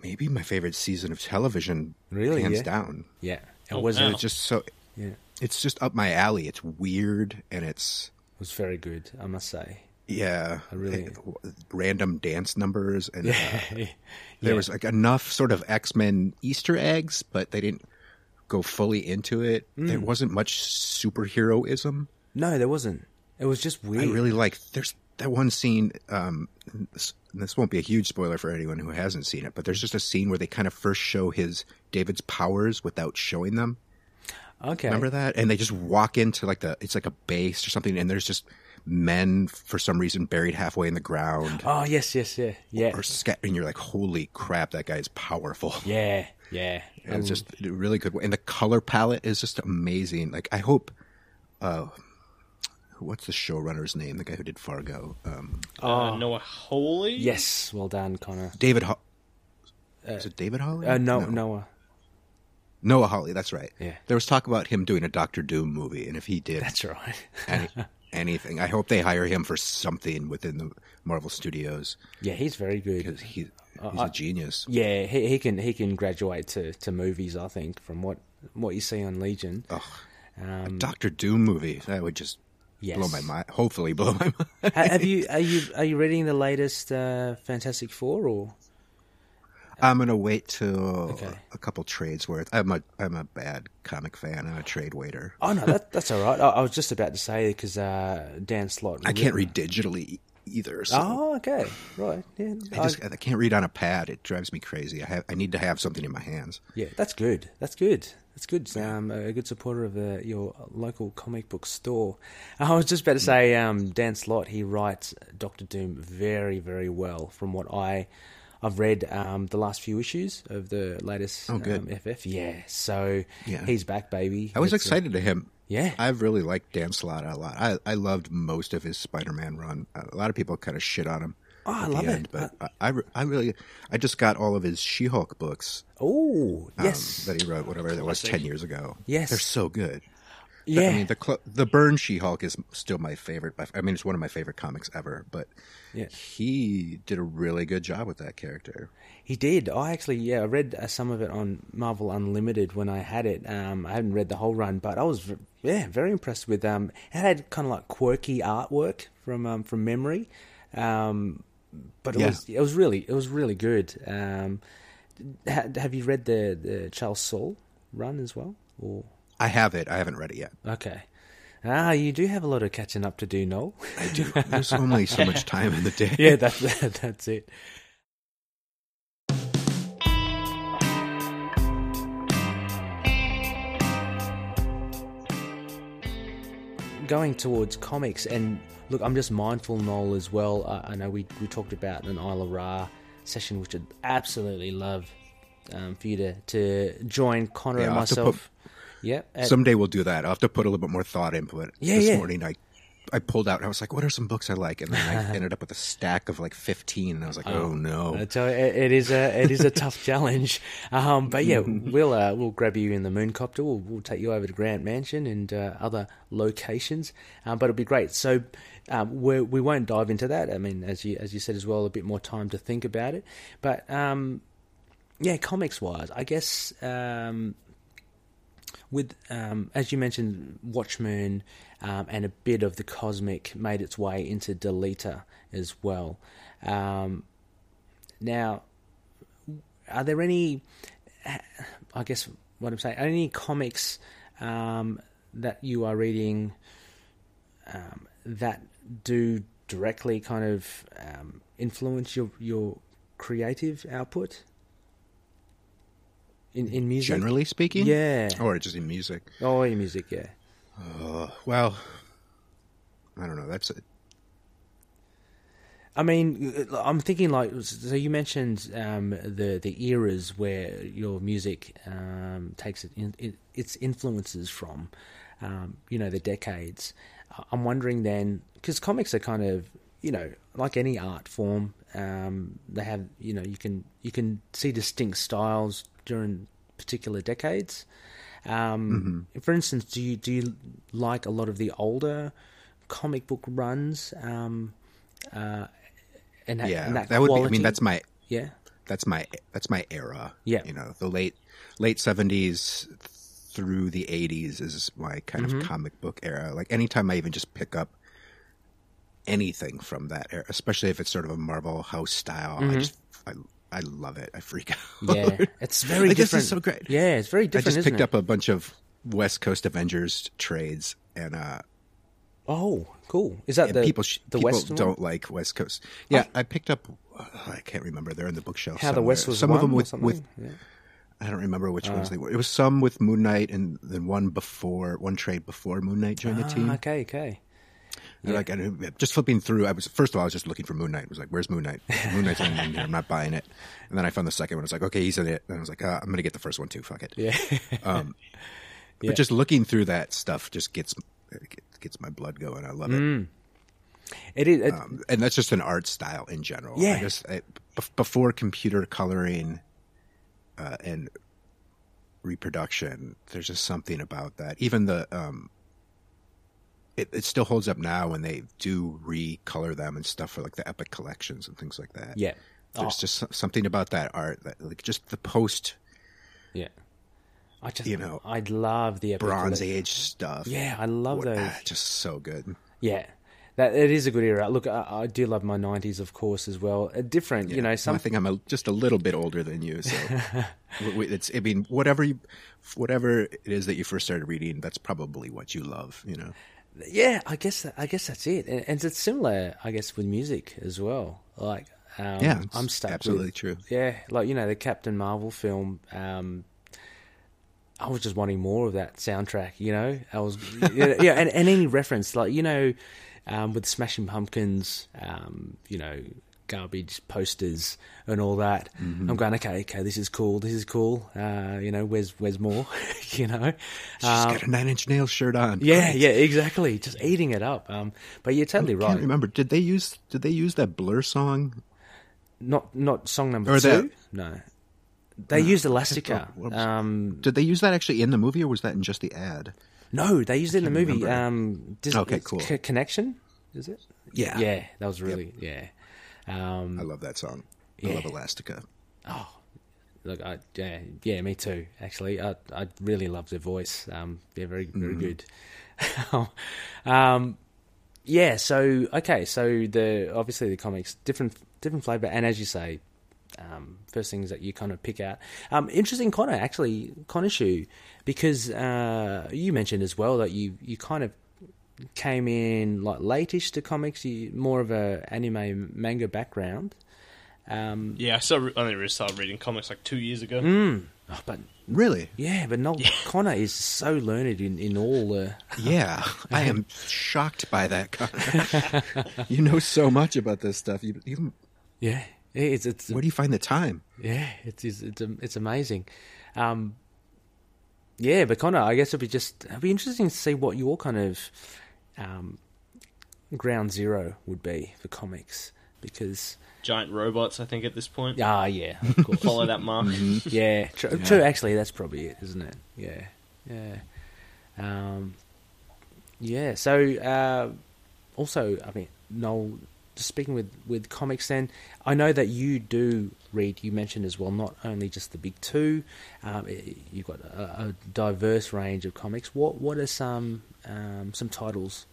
Speaker 3: maybe my favorite season of television,
Speaker 1: Really,
Speaker 3: hands
Speaker 1: yeah?
Speaker 3: down.
Speaker 1: Yeah. It
Speaker 2: Oh,
Speaker 1: was.
Speaker 2: wow.
Speaker 1: It
Speaker 3: It's just so,
Speaker 1: Yeah. It
Speaker 3: it's just up my alley. It's weird and it's
Speaker 1: was very good. I must say.
Speaker 3: yeah,
Speaker 1: really-
Speaker 3: random dance numbers and uh,
Speaker 1: yeah.
Speaker 3: there was like enough sort of X Men Easter eggs, but they didn't go fully into it. There
Speaker 1: Mm.
Speaker 3: wasn't much superheroism.
Speaker 1: No, there wasn't. It was just
Speaker 3: I
Speaker 1: weird.
Speaker 3: really like there's that one scene. Um, this, this won't be a huge spoiler for anyone who hasn't seen it, but there's just a scene where they kind of first show his David's powers without showing them.
Speaker 1: okay.
Speaker 3: Remember that? And they just walk into like the it's like a base or something, and there's just men for some reason buried halfway in the ground
Speaker 1: Oh yes, yes, yeah, yeah,
Speaker 3: or scat, and you're like, holy crap, that guy is powerful.
Speaker 1: yeah, yeah.
Speaker 3: And it's just a really good. And the color palette is just amazing. Like I hope, uh, what's the showrunner's name? The guy who did Fargo, um,
Speaker 1: Oh.
Speaker 2: Uh, Noah Holy.
Speaker 1: Yes, well done, Connor.
Speaker 3: David. Ho- is it David Holly?
Speaker 1: Uh, no, Noah.
Speaker 3: Noah Holly. That's right.
Speaker 1: Yeah.
Speaker 3: There was talk about him doing a Doctor Doom movie, and if he did
Speaker 1: That's right.
Speaker 3: any, anything, I hope they hire him for something within the Marvel Studios
Speaker 1: Yeah, he's very good.
Speaker 3: because he,
Speaker 1: Uh,
Speaker 3: he's a genius.
Speaker 1: Yeah, he, he can he can graduate to, to movies. I think from what what you see on Legion.
Speaker 3: Oh, Doctor Doom movie that would just
Speaker 1: mm. Yes.
Speaker 3: blow my mind. Hopefully, blow my mind.
Speaker 1: Ha- have you are you are you reading the latest uh, Fantastic Four or
Speaker 3: I'm gonna wait till
Speaker 1: Okay.
Speaker 3: a couple trades worth. I'm a I'm a bad comic fan. I'm a trade waiter.
Speaker 1: Oh no, that, that's all right. I, I was just about to say because uh, Dan Slott.
Speaker 3: I can't read digitally e- either. So
Speaker 1: Oh, okay, right. Yeah,
Speaker 3: I just
Speaker 1: Oh, I-
Speaker 3: I can't read on a pad. It drives me crazy. I have I need to have something in my hands.
Speaker 1: yeah, that's good. That's good. That's good. Um, a good supporter of uh, your local comic book store. I was just about to say, um, Dan Slott. He writes Doctor Doom very, very well. From what I, I've read um, the last few issues of the latest
Speaker 3: Oh, good.
Speaker 1: um, FF. Yeah, so
Speaker 3: Yeah.
Speaker 1: he's back, baby.
Speaker 3: I was
Speaker 1: It's, uh,
Speaker 3: excited to him.
Speaker 1: yeah.
Speaker 3: I've really liked Dan Slott a lot. I, I loved most of his Spider-Man run. A lot of people kind of shit on him.
Speaker 1: Oh, I
Speaker 3: at the
Speaker 1: love it.
Speaker 3: end, But I, I, re- I really, I just got all of his She-Hulk books
Speaker 1: oh,
Speaker 3: um,
Speaker 1: yes,
Speaker 3: that he wrote, whatever that was, ten years ago.
Speaker 1: Yes.
Speaker 3: they're so good.
Speaker 1: yeah.
Speaker 3: I mean, the cl- the Burn She-Hulk is still my favorite. by- I mean, it's one of my favorite comics ever. But
Speaker 1: Yeah.
Speaker 3: he did a really good job with that character.
Speaker 1: He did. I actually, yeah, I read uh, some of it on Marvel Unlimited when I had it. Um, I hadn't read the whole run, but I was, v- yeah, very impressed with. Um, it had kind of like quirky artwork from um, from memory, um, but it
Speaker 3: Yeah.
Speaker 1: was it was really it was really good. Um, ha- have you read the the Charles Soule run as well? Or
Speaker 3: I have it. I haven't read it yet.
Speaker 1: okay, ah, you do have a lot of catching up to do, Noel.
Speaker 3: I do. There's only so much time in the day.
Speaker 1: yeah, that, that that's it. Going towards comics, and look, I'm just mindful, Noel, as well. Uh, I know we, we talked about an Isla Ra session, which I'd absolutely love um, for you to, to join Connor
Speaker 3: Yeah,
Speaker 1: and
Speaker 3: I'll have to put-
Speaker 1: myself. Yep. at-
Speaker 3: Someday we'll do that. I'll have to put a little bit more thought into it.
Speaker 1: Yeah,
Speaker 3: this
Speaker 1: yeah.
Speaker 3: morning I I pulled out and I was like, what are some books I like? And then I ended up with a stack of like 15. And I was like, oh, no.
Speaker 1: Uh, So it, it is a it is a tough challenge, um, but yeah, we'll uh, we'll grab you in the Mooncopter. We'll we'll take you over to Grant Mansion and uh, other locations, um, but it'll be great. So um, we we won't dive into that. I mean, as you as you said as well, a bit more time to think about it. But um, yeah, comics wise, I guess um, with um, as you mentioned, Watchmen um, and a bit of the cosmic made its way into Deleta as well. Um, now, are there any? I guess what I'm saying, are any comics um, that you are reading um, that do directly kind of um, influence your your creative output in in music?
Speaker 3: Generally speaking?
Speaker 1: Yeah.
Speaker 3: Or just in music.
Speaker 1: Oh, in music, yeah.
Speaker 3: Well, I don't know. That's it.
Speaker 1: I mean, uh, I'm thinking like so. You mentioned um, the the eras where your music um, takes it, in, it its influences from, um, you know, the decades. I- I'm wondering then, because comics are kind of you know like any art form, um, they have you know you can you can see distinct styles during particular decades. Um, For instance, do you do you like a lot of the older comic book runs? Um, and that,
Speaker 3: Yeah.
Speaker 1: and that,
Speaker 3: that would be, I
Speaker 1: quality?
Speaker 3: mean, that's my
Speaker 1: yeah,
Speaker 3: that's my that's my era.
Speaker 1: Yeah.
Speaker 3: you know, the late late seventies through the eighties is my kind
Speaker 1: Mm-hmm.
Speaker 3: of comic book era. Like anytime I even just pick up anything from that era, especially if it's sort of a Marvel House style, I just I I love it. I freak out.
Speaker 1: Yeah, Mm-hmm. it's very
Speaker 3: Like,
Speaker 1: different.
Speaker 3: this is so great.
Speaker 1: Yeah, it's very
Speaker 3: I
Speaker 1: different.
Speaker 3: just
Speaker 1: isn't
Speaker 3: picked
Speaker 1: it?
Speaker 3: up a bunch of West Coast Avengers trades, and uh,
Speaker 1: Oh, cool. Is that
Speaker 3: and
Speaker 1: the
Speaker 3: people sh-
Speaker 1: the
Speaker 3: people
Speaker 1: West one? Oh.
Speaker 3: don't like West Coast. Yeah, I picked up. uh, I can't remember. They're in the bookshelf.
Speaker 1: How the
Speaker 3: somewhere.
Speaker 1: West was
Speaker 3: some
Speaker 1: won
Speaker 3: of them
Speaker 1: or
Speaker 3: with,
Speaker 1: something?
Speaker 3: with
Speaker 1: Yeah.
Speaker 3: I don't remember which
Speaker 1: Uh.
Speaker 3: ones they were. It was some with Moon Knight, and then one before one trade before Moon Knight joined the team.
Speaker 1: Ah, okay, okay.
Speaker 3: And, Like and just flipping through, I was first of all I was just looking for Moon Knight. I was like, "Where's Moon Knight? Moon Knight's not in here. I'm not buying it." And then I found the second one. I was like, "Okay, he's in it." And I was like, uh, "I'm gonna get the first one too. Fuck it."
Speaker 1: Yeah.
Speaker 3: But just looking through that stuff just gets gets my blood going. I love it.
Speaker 1: It is. It,
Speaker 3: um, and that's just an art style in general.
Speaker 1: Yeah.
Speaker 3: I just, I, bef- before computer coloring uh, and reproduction, there's just something about that. Even the um, it, it still holds up now when they do recolor them and stuff for like the epic collections and things like that.
Speaker 1: yeah. Oh,
Speaker 3: There's just so- something about that art that like just the post
Speaker 1: yeah. I just,
Speaker 3: you know,
Speaker 1: I'd love the epic
Speaker 3: Bronze
Speaker 1: collection.
Speaker 3: Age stuff.
Speaker 1: Yeah, I love
Speaker 3: Wa-
Speaker 1: those.
Speaker 3: ah, Just so good.
Speaker 1: Yeah, that it is a good era. Look, I, I do love my '90s, of course, as well. Uh, different, you know,
Speaker 3: I
Speaker 1: some
Speaker 3: think I'm a, just a little bit older than you, so w- w- it's. I mean, whatever, you, whatever it is that you first started reading, that's probably what you love. You know,
Speaker 1: yeah. I guess I guess that's it, and, and it's similar, I guess, with music as well. Like, um,
Speaker 3: Yeah, it's
Speaker 1: I'm stuck. with-
Speaker 3: absolutely true.
Speaker 1: Yeah, like you know, the Captain Marvel film. Um, I was just wanting more of that soundtrack. You know, I was yeah, yeah and, and any reference like you know, um, with Smashing Pumpkins, um, you know. Garbage posters and all that.
Speaker 3: Mm-hmm.
Speaker 1: I'm going okay, okay. This is cool. This is cool. Uh, you know, where's where's more? you know, Uh,
Speaker 3: she's got a Nine Inch Nails shirt on.
Speaker 1: Yeah, yeah, exactly. Just eating it up. Um, but you're totally
Speaker 3: I can't
Speaker 1: right.
Speaker 3: remember. Did they use? Did they use that Blur song?
Speaker 1: Not not song number
Speaker 3: Or
Speaker 1: two.
Speaker 3: that-
Speaker 1: No, they used Elastica.
Speaker 3: Whoops.
Speaker 1: Um,
Speaker 3: Did they use that actually in the movie, or was that in just the ad?
Speaker 1: no, they used it in the movie.
Speaker 3: remember.
Speaker 1: Um, Dis-
Speaker 3: Okay, cool.
Speaker 1: C- Connection, is it?
Speaker 3: Yeah,
Speaker 1: Yeah, that was really yeah. Um,
Speaker 3: I love that song. I
Speaker 1: Yeah.
Speaker 3: love Elastica.
Speaker 1: look, I, yeah, yeah, me too. Actually, I I really love their voice. Um, they're very very good. um, yeah. So okay, so the obviously the comics different different flavor, and as you say, um, first things that you kind of pick out. Um, interesting, Connor actually Conishu, because uh, you mentioned as well that you you kind of came in like late-ish to comics you more of a anime manga background um
Speaker 2: Yeah, I started, I only really started reading comics like two years ago.
Speaker 1: oh, but
Speaker 3: Really?
Speaker 1: Yeah, but Noel Connor is so learned in, in all the.
Speaker 3: Yeah, I am shocked by that. Connor. you know so much about this stuff. You, you,
Speaker 1: Yeah, it's it's
Speaker 3: where do you find the time?
Speaker 1: yeah, it's it's it's, am- it's amazing. Um, yeah, but Connor, I guess it'd be just it'd be interesting to see what your kind of um, ground zero would be for comics because
Speaker 2: Giant robots, I think, at this point.
Speaker 1: ah yeah, Mm-hmm. of course.
Speaker 2: Follow that mark.
Speaker 1: yeah, true, true. Actually, that's probably it, isn't it? Yeah, yeah, um, yeah. So uh, also, I mean, Noel, just speaking with with comics, then I know that you do read. You mentioned as well, not only just the big two. Um, i- you've got a, a diverse range of comics. What what are some um, some titles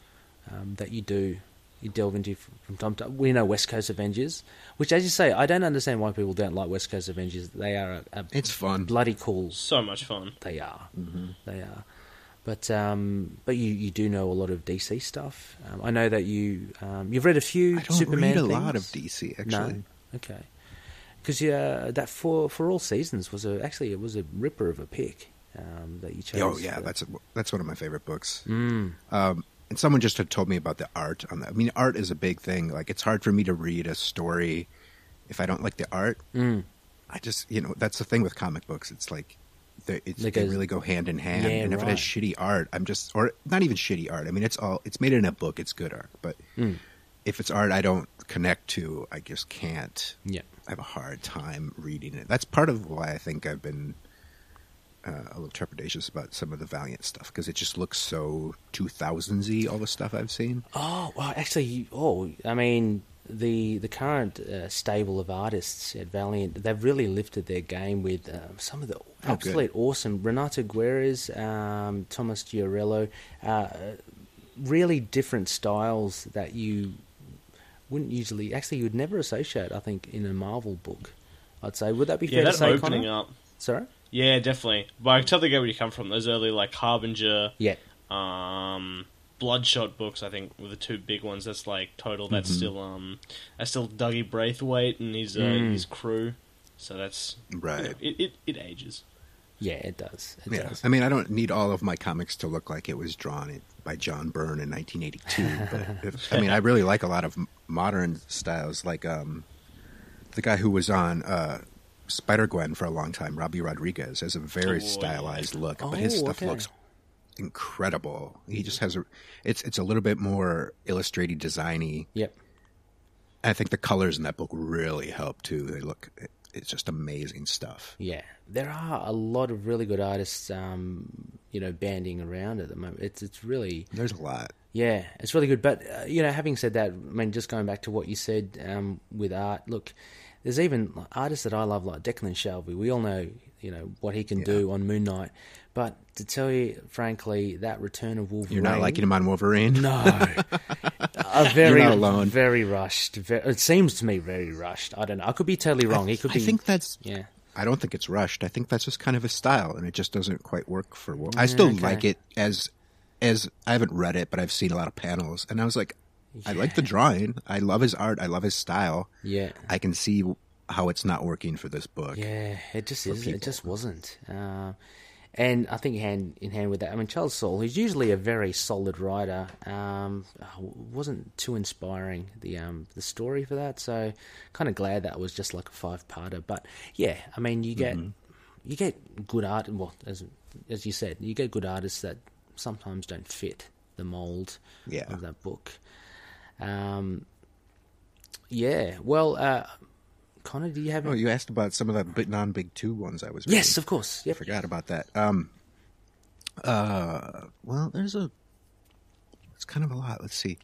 Speaker 1: um, that you do? You delve into f- from time to we know West Coast Avengers, which, as you say, I don't understand why people don't like West Coast Avengers. They are a, a
Speaker 3: It's fun.
Speaker 1: bloody cool
Speaker 2: So much fun.
Speaker 1: they are.
Speaker 3: Mm-hmm.
Speaker 1: They are. But um, but you, you do know a lot of DC stuff. Um, I know that you um, you've read a few
Speaker 3: I don't
Speaker 1: Superman
Speaker 3: read a
Speaker 1: things.
Speaker 3: lot of DC actually.
Speaker 1: No, okay. Because yeah, that for for all seasons was a actually it was a ripper of a pick um, that Mm. you chose.
Speaker 3: Oh yeah,
Speaker 1: for-
Speaker 3: that's that's one of my favorite books. Um, and someone just had told me about the art on that. I mean, art is a big thing. Like, it's hard for me to read a story if I don't like the art.
Speaker 1: Mm.
Speaker 3: I just, you know, that's the thing with comic books. It's like they, it's,
Speaker 1: Like
Speaker 3: they
Speaker 1: a-
Speaker 3: really go hand in hand.
Speaker 1: Yeah,
Speaker 3: and if it
Speaker 1: right.
Speaker 3: has shitty art, I'm just, or not even shitty art. I mean, it's all it's made in a book. It's good art, but
Speaker 1: Mm.
Speaker 3: if it's art I don't connect to, I just can't.
Speaker 1: yeah.
Speaker 3: I have a hard time reading it. That's part of why I think I've been uh, a little trepidatious about some of the Valiant stuff because it just looks so 2000s y, all the stuff I've seen.
Speaker 1: Oh well, actually, you- oh, I mean the the current uh, stable of artists at Valiant, they've really lifted their game with um, some of the
Speaker 3: good.
Speaker 1: absolute awesome Renato Guerres, um, Thomas Giorello, uh, really different styles that you wouldn't usually, actually, you would never associate. I think in a Marvel book. I'd say. Would that be
Speaker 2: Yeah,
Speaker 1: fair to
Speaker 2: that's
Speaker 1: say,
Speaker 2: opening
Speaker 1: Connor?
Speaker 2: up.
Speaker 1: Sorry.
Speaker 2: Yeah, definitely. But I totally get where you come from. Those early like Harbinger,
Speaker 1: Yeah.
Speaker 2: um, Bloodshot books. I think were the two big ones. That's like total.
Speaker 1: Mm-hmm.
Speaker 2: That's still um, that's still Dougie Braithwaite and his uh,
Speaker 1: Mm.
Speaker 2: his crew. So that's
Speaker 3: Right.
Speaker 2: It it, it ages.
Speaker 1: Yeah, it does. It
Speaker 3: Yeah.
Speaker 1: does.
Speaker 3: I mean, I don't need all of my comics to look like it was drawn in- by John Byrne in 1982. But if, I mean, I really like a lot of m- modern styles, like um, the guy who was on uh, Spider Gwen for a long time, Robbie Rodriguez, has a
Speaker 2: Oh,
Speaker 3: very
Speaker 2: yeah.
Speaker 3: stylized look, but his
Speaker 1: Oh,
Speaker 3: stuff
Speaker 1: okay.
Speaker 3: looks incredible. He just has a it's it's a little bit more illustrated designy.
Speaker 1: Yep.
Speaker 3: I think the colors in that book really help too. They look it, it's just amazing stuff.
Speaker 1: Yeah, there are a lot of really good artists, um, you know, banding around at the moment. It's it's really
Speaker 3: There's a lot.
Speaker 1: yeah, it's really good. But uh, you know, having said that, I mean, just going back to what you said um, with art, look, there's even artists that I love like Declan Shelby. We all know, you know, what he can do on Moon Knight. But to tell you frankly, that Return of Wolverine,
Speaker 3: You're not liking him on Wolverine.
Speaker 1: no, a very
Speaker 3: not alone.
Speaker 1: very rushed. ve it seems to me very rushed. I don't know. I could be totally wrong. He could
Speaker 3: I
Speaker 1: be.
Speaker 3: think that's.
Speaker 1: yeah.
Speaker 3: I don't think it's rushed. I think that's just kind of his style, and it just doesn't quite work for. Wolf. I still
Speaker 1: okay.
Speaker 3: like it as as I haven't read it, but I've seen a lot of panels, and I was like, I like the drawing. I love his art. I love his style.
Speaker 1: Yeah.
Speaker 3: I can see how it's not working for this book.
Speaker 1: Yeah, it just is.
Speaker 3: people.
Speaker 1: It just wasn't. Uh, and I think hand in hand with that, I mean Charles Saul, who's usually a very solid writer, um, wasn't too inspiring the um, the story for that. So kind of glad that was just like a five parter. But yeah, I mean you get
Speaker 3: Mm-hmm.
Speaker 1: you get good art. Well, as as you said, you get good artists that sometimes don't fit the mold
Speaker 3: Yeah.
Speaker 1: of that book. Um, yeah. Well, uh, Connor, do you have?
Speaker 3: Oh, you asked about some of the big- non-big two ones I was. Reading.
Speaker 1: Yes, of course.
Speaker 3: I
Speaker 1: Yep.
Speaker 3: forgot about that. Um, uh, well, there's a. It's kind of a lot. Let's see.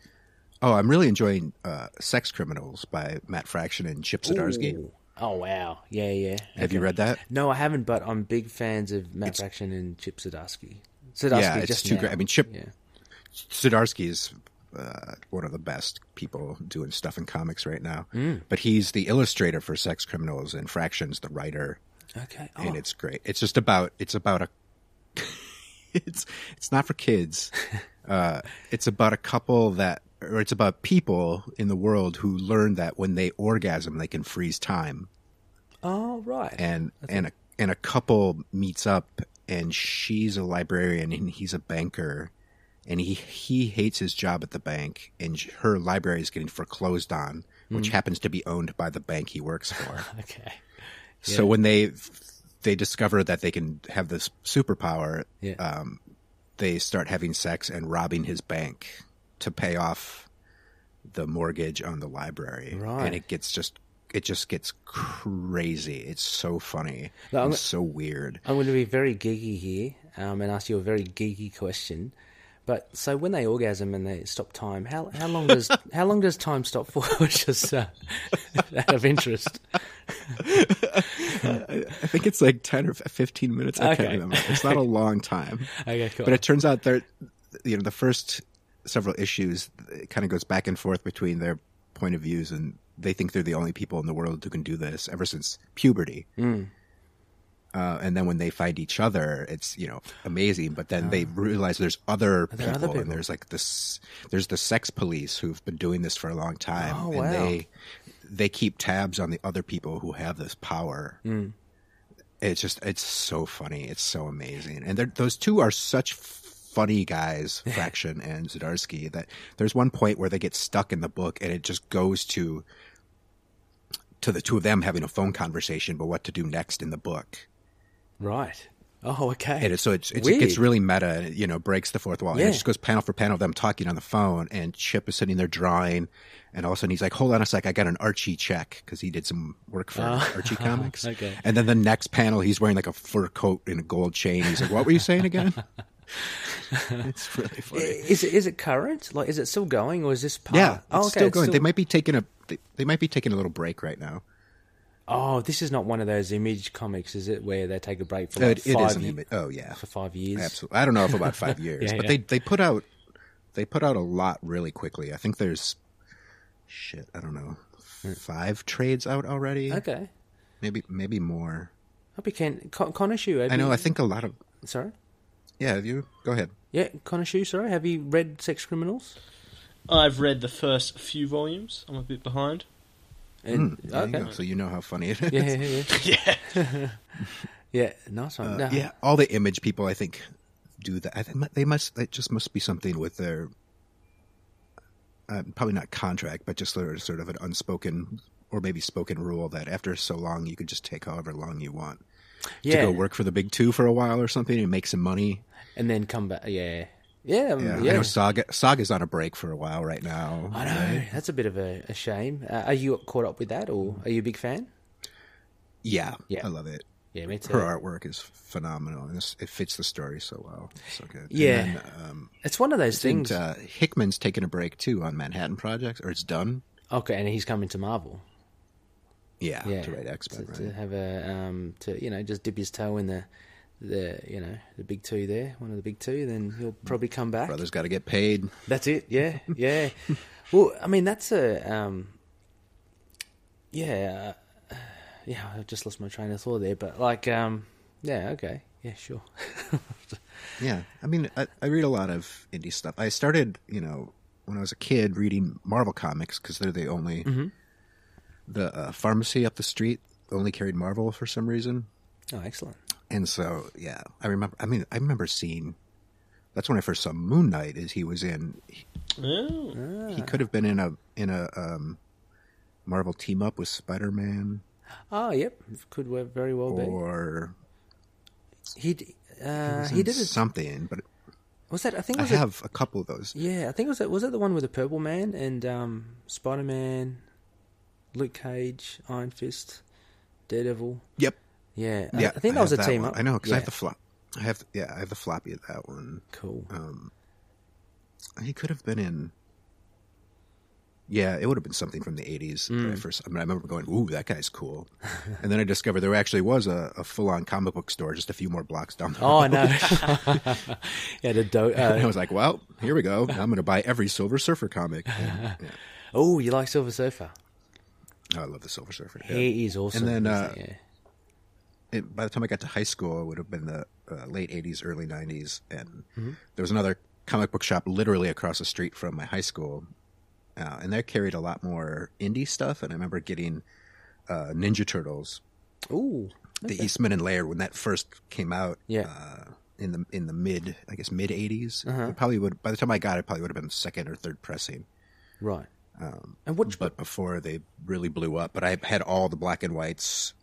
Speaker 3: Oh, I'm really enjoying uh, "Sex Criminals" by Matt Fraction and Chip Zdarsky.
Speaker 1: Ooh. Oh wow! Yeah, yeah.
Speaker 3: Have you read that?
Speaker 1: No, I haven't. But I'm big fans of Matt Fraction and Chip Zdarsky. Zdarsky,
Speaker 3: Yeah, it's
Speaker 1: just
Speaker 3: too
Speaker 1: now.
Speaker 3: great. I mean, Chip-
Speaker 1: Yeah,
Speaker 3: Sudarsky is uh, one of the best people doing stuff in comics right now. But he's the illustrator for Sex Criminals and Fractions, the writer,
Speaker 1: okay. Oh,
Speaker 3: and it's great. It's just about it's about a it's it's not for kids. Uh, it's about a couple that, or it's about people in the world who learn that when they orgasm, they can freeze time
Speaker 1: oh right.
Speaker 3: and and a and a couple meets up and she's a librarian and he's a banker and he he hates his job at the bank and sh- her library is getting foreclosed on which happens to be owned by the bank he works for
Speaker 1: okay.
Speaker 3: so when they they discover that they can have this superpower
Speaker 1: Yeah.
Speaker 3: um, they start having sex and robbing his bank to pay off the mortgage on the library
Speaker 1: Right.
Speaker 3: and it gets just it just gets crazy it's so funny
Speaker 1: No, I'm-
Speaker 3: it's so weird
Speaker 1: I'm going to be very geeky here um, and ask you a very geeky question. But so when they orgasm and they stop time, how how long does how long does time stop for? just uh, out of interest.
Speaker 3: i think it's like 10 or 15 minutes i can't
Speaker 1: Okay.
Speaker 3: remember it's not a long time
Speaker 1: Okay, cool.
Speaker 3: But it turns out they're, you know, the first several issues it kind of goes back and forth between their point of views, and they think they're the only people in the world who can do this ever since puberty.
Speaker 1: Hmm.
Speaker 3: Uh, and then when they find each other, it's you know amazing. But then they realize there's other people,
Speaker 1: Ah. there other
Speaker 3: and
Speaker 1: people?
Speaker 3: there's like this, there's the sex police who've been doing this for a long time,
Speaker 1: Oh,
Speaker 3: and
Speaker 1: wow.
Speaker 3: they they keep tabs on the other people who have this power
Speaker 1: Mm.
Speaker 3: it's just it's so funny it's so amazing and they're- those two are such f- funny guys fraction and zadarsky that there's one point where they get stuck in the book and it just goes to to the two of them having a phone conversation but what to do next in the book
Speaker 1: right. Oh, okay.
Speaker 3: and it's, so it's, it's,
Speaker 1: Weird.
Speaker 3: it gets really meta and it, you know breaks the fourth wall and
Speaker 1: Yeah.
Speaker 3: it just goes panel for panel of them talking on the phone and chip is sitting there drawing and all of a sudden he's like hold on a sec i got an archie check because he did some work for archie comics
Speaker 1: Oh. okay.
Speaker 3: and then the next panel he's wearing like a fur coat and a gold chain he's like what were you saying again it's really funny
Speaker 1: Is it is it current? Like, is it still going, or is this part?
Speaker 3: yeah it's
Speaker 1: Eh, oh, okay,
Speaker 3: still
Speaker 1: it's
Speaker 3: going they might be taking a they, they might be taking a little break right now
Speaker 1: Oh, this is not one of those image comics, is it? Where they take a break for like
Speaker 3: it, it
Speaker 1: five
Speaker 3: is an
Speaker 1: ye-
Speaker 3: image oh yeah
Speaker 1: for five years.
Speaker 3: Absolutely. I don't know if about five years,
Speaker 1: Yeah,
Speaker 3: but
Speaker 1: yeah.
Speaker 3: they they put out they put out a lot really quickly. I think there's shit. I don't know five trades out already.
Speaker 1: Hmm. Okay.
Speaker 3: Maybe maybe more.
Speaker 1: I became Con- Conishu. have
Speaker 3: I know.
Speaker 1: you-
Speaker 3: I think a lot of
Speaker 1: Sorry.
Speaker 3: yeah. Have you go ahead?
Speaker 1: Yeah, Conishu. Sorry. Have you read Sex Criminals?
Speaker 2: I've read the first few volumes. I'm a bit behind.
Speaker 1: And-
Speaker 3: Hmm, There you
Speaker 1: okay.
Speaker 3: go. So you know how funny it is.
Speaker 1: Yeah, yeah, yeah.
Speaker 2: yeah.
Speaker 1: Yeah, nice one. No.
Speaker 3: Uh, yeah, all the image people, I think, do that. I think they must. It just must be something with their, uh, probably not contract, but just sort of, sort of an unspoken or maybe spoken rule that after so long, you could just take however long you want
Speaker 1: yeah.
Speaker 3: to go work for the big two for a while or something and make some money.
Speaker 1: and then come back. Yeah, yeah, um,
Speaker 3: Yeah,
Speaker 1: yeah.
Speaker 3: I know Saga Saga's on a break for a while right now.
Speaker 1: I know that's a bit of a, a shame. Uh, are you caught up with that, or are you a big fan?
Speaker 3: Yeah,
Speaker 1: Yeah.
Speaker 3: I love it.
Speaker 1: Yeah, me too.
Speaker 3: Her artwork is phenomenal, and it's, it fits the story so well. So good. And
Speaker 1: Yeah.
Speaker 3: then, um,
Speaker 1: It's one of those
Speaker 3: didn't,
Speaker 1: things.
Speaker 3: uh, Hickman's taking a break too on Manhattan Projects, or it's done.
Speaker 1: okay, and he's coming to Marvel.
Speaker 3: Yeah,
Speaker 1: Yeah,
Speaker 3: to write X Men,
Speaker 1: to,
Speaker 3: right?
Speaker 1: to have a um, to you know just dip his toe in the the you know the big two there, one of the big two. Then he'll probably come back.
Speaker 3: Brothers got to get paid.
Speaker 1: That's it. Yeah, yeah. well, I mean, that's a um, yeah, uh, yeah. I just lost my train of thought there, but like, um, yeah, okay, yeah, sure.
Speaker 3: Yeah, I mean, I, I read a lot of indie stuff. I started, you know, when I was a kid, reading Marvel comics because they're the only
Speaker 1: Mm-hmm.
Speaker 3: the uh, pharmacy up the street only carried Marvel for some reason.
Speaker 1: oh, excellent.
Speaker 3: And so, yeah, I remember. I mean, I remember seeing. That's when I first saw Moon Knight. Is he was in? He,
Speaker 2: Oh.
Speaker 1: Ah.
Speaker 3: he could have been in a in a um, Marvel team up with Spider Man
Speaker 1: Oh, yep, could we- very well
Speaker 3: or
Speaker 1: be. He d- uh,
Speaker 3: was
Speaker 1: he
Speaker 3: in
Speaker 1: did it.
Speaker 3: something. But
Speaker 1: Was that? I think
Speaker 3: I
Speaker 1: was it.
Speaker 3: have a couple of those.
Speaker 1: Yeah, I think it was that. Was that the one with the Purple Man and um, Spider Man, Luke Cage, Iron Fist, Daredevil?
Speaker 3: Yep.
Speaker 1: Yeah, I-
Speaker 3: Yeah,
Speaker 1: I think that was a
Speaker 3: have
Speaker 1: team
Speaker 3: one.
Speaker 1: up.
Speaker 3: I know because I have
Speaker 1: Yeah,
Speaker 3: the flop. I have yeah, I have the floppy of that one.
Speaker 1: cool.
Speaker 3: He could have been in. Yeah, it would have been something from the '80s. that
Speaker 1: Hmm.
Speaker 3: I first, I, mean, I remember going, "Ooh, that guy's cool," and then I discovered there actually was a, a full-on comic book store just a few more blocks down the road.
Speaker 1: Oh, I know. yeah, the do-
Speaker 3: And I
Speaker 1: uh,
Speaker 3: was like, "Well, here we go. Now I'm going to buy every Silver Surfer comic." And, yeah.
Speaker 1: oh, you like Silver Surfer?
Speaker 3: Oh, I love the Silver Surfer. Yeah.
Speaker 1: He is awesome.
Speaker 3: And then,
Speaker 1: isn't
Speaker 3: uh,
Speaker 1: he? yeah.
Speaker 3: it, by the time I got to high school, it would have been the uh, late '80s, early '90s, and there was another comic book shop literally across the street from my high school, uh, and they carried a lot more indie stuff. And I remember getting uh, Ninja Turtles,
Speaker 1: Ooh,
Speaker 3: the Eastman and Laird, when that first came out.
Speaker 1: Yeah.
Speaker 3: Uh, in the in the mid, I guess mid '80s, it probably would. By the time I got it, probably would have been second or third pressing.
Speaker 1: right. and what?
Speaker 3: um, But before they really blew up, but I had all the black and whites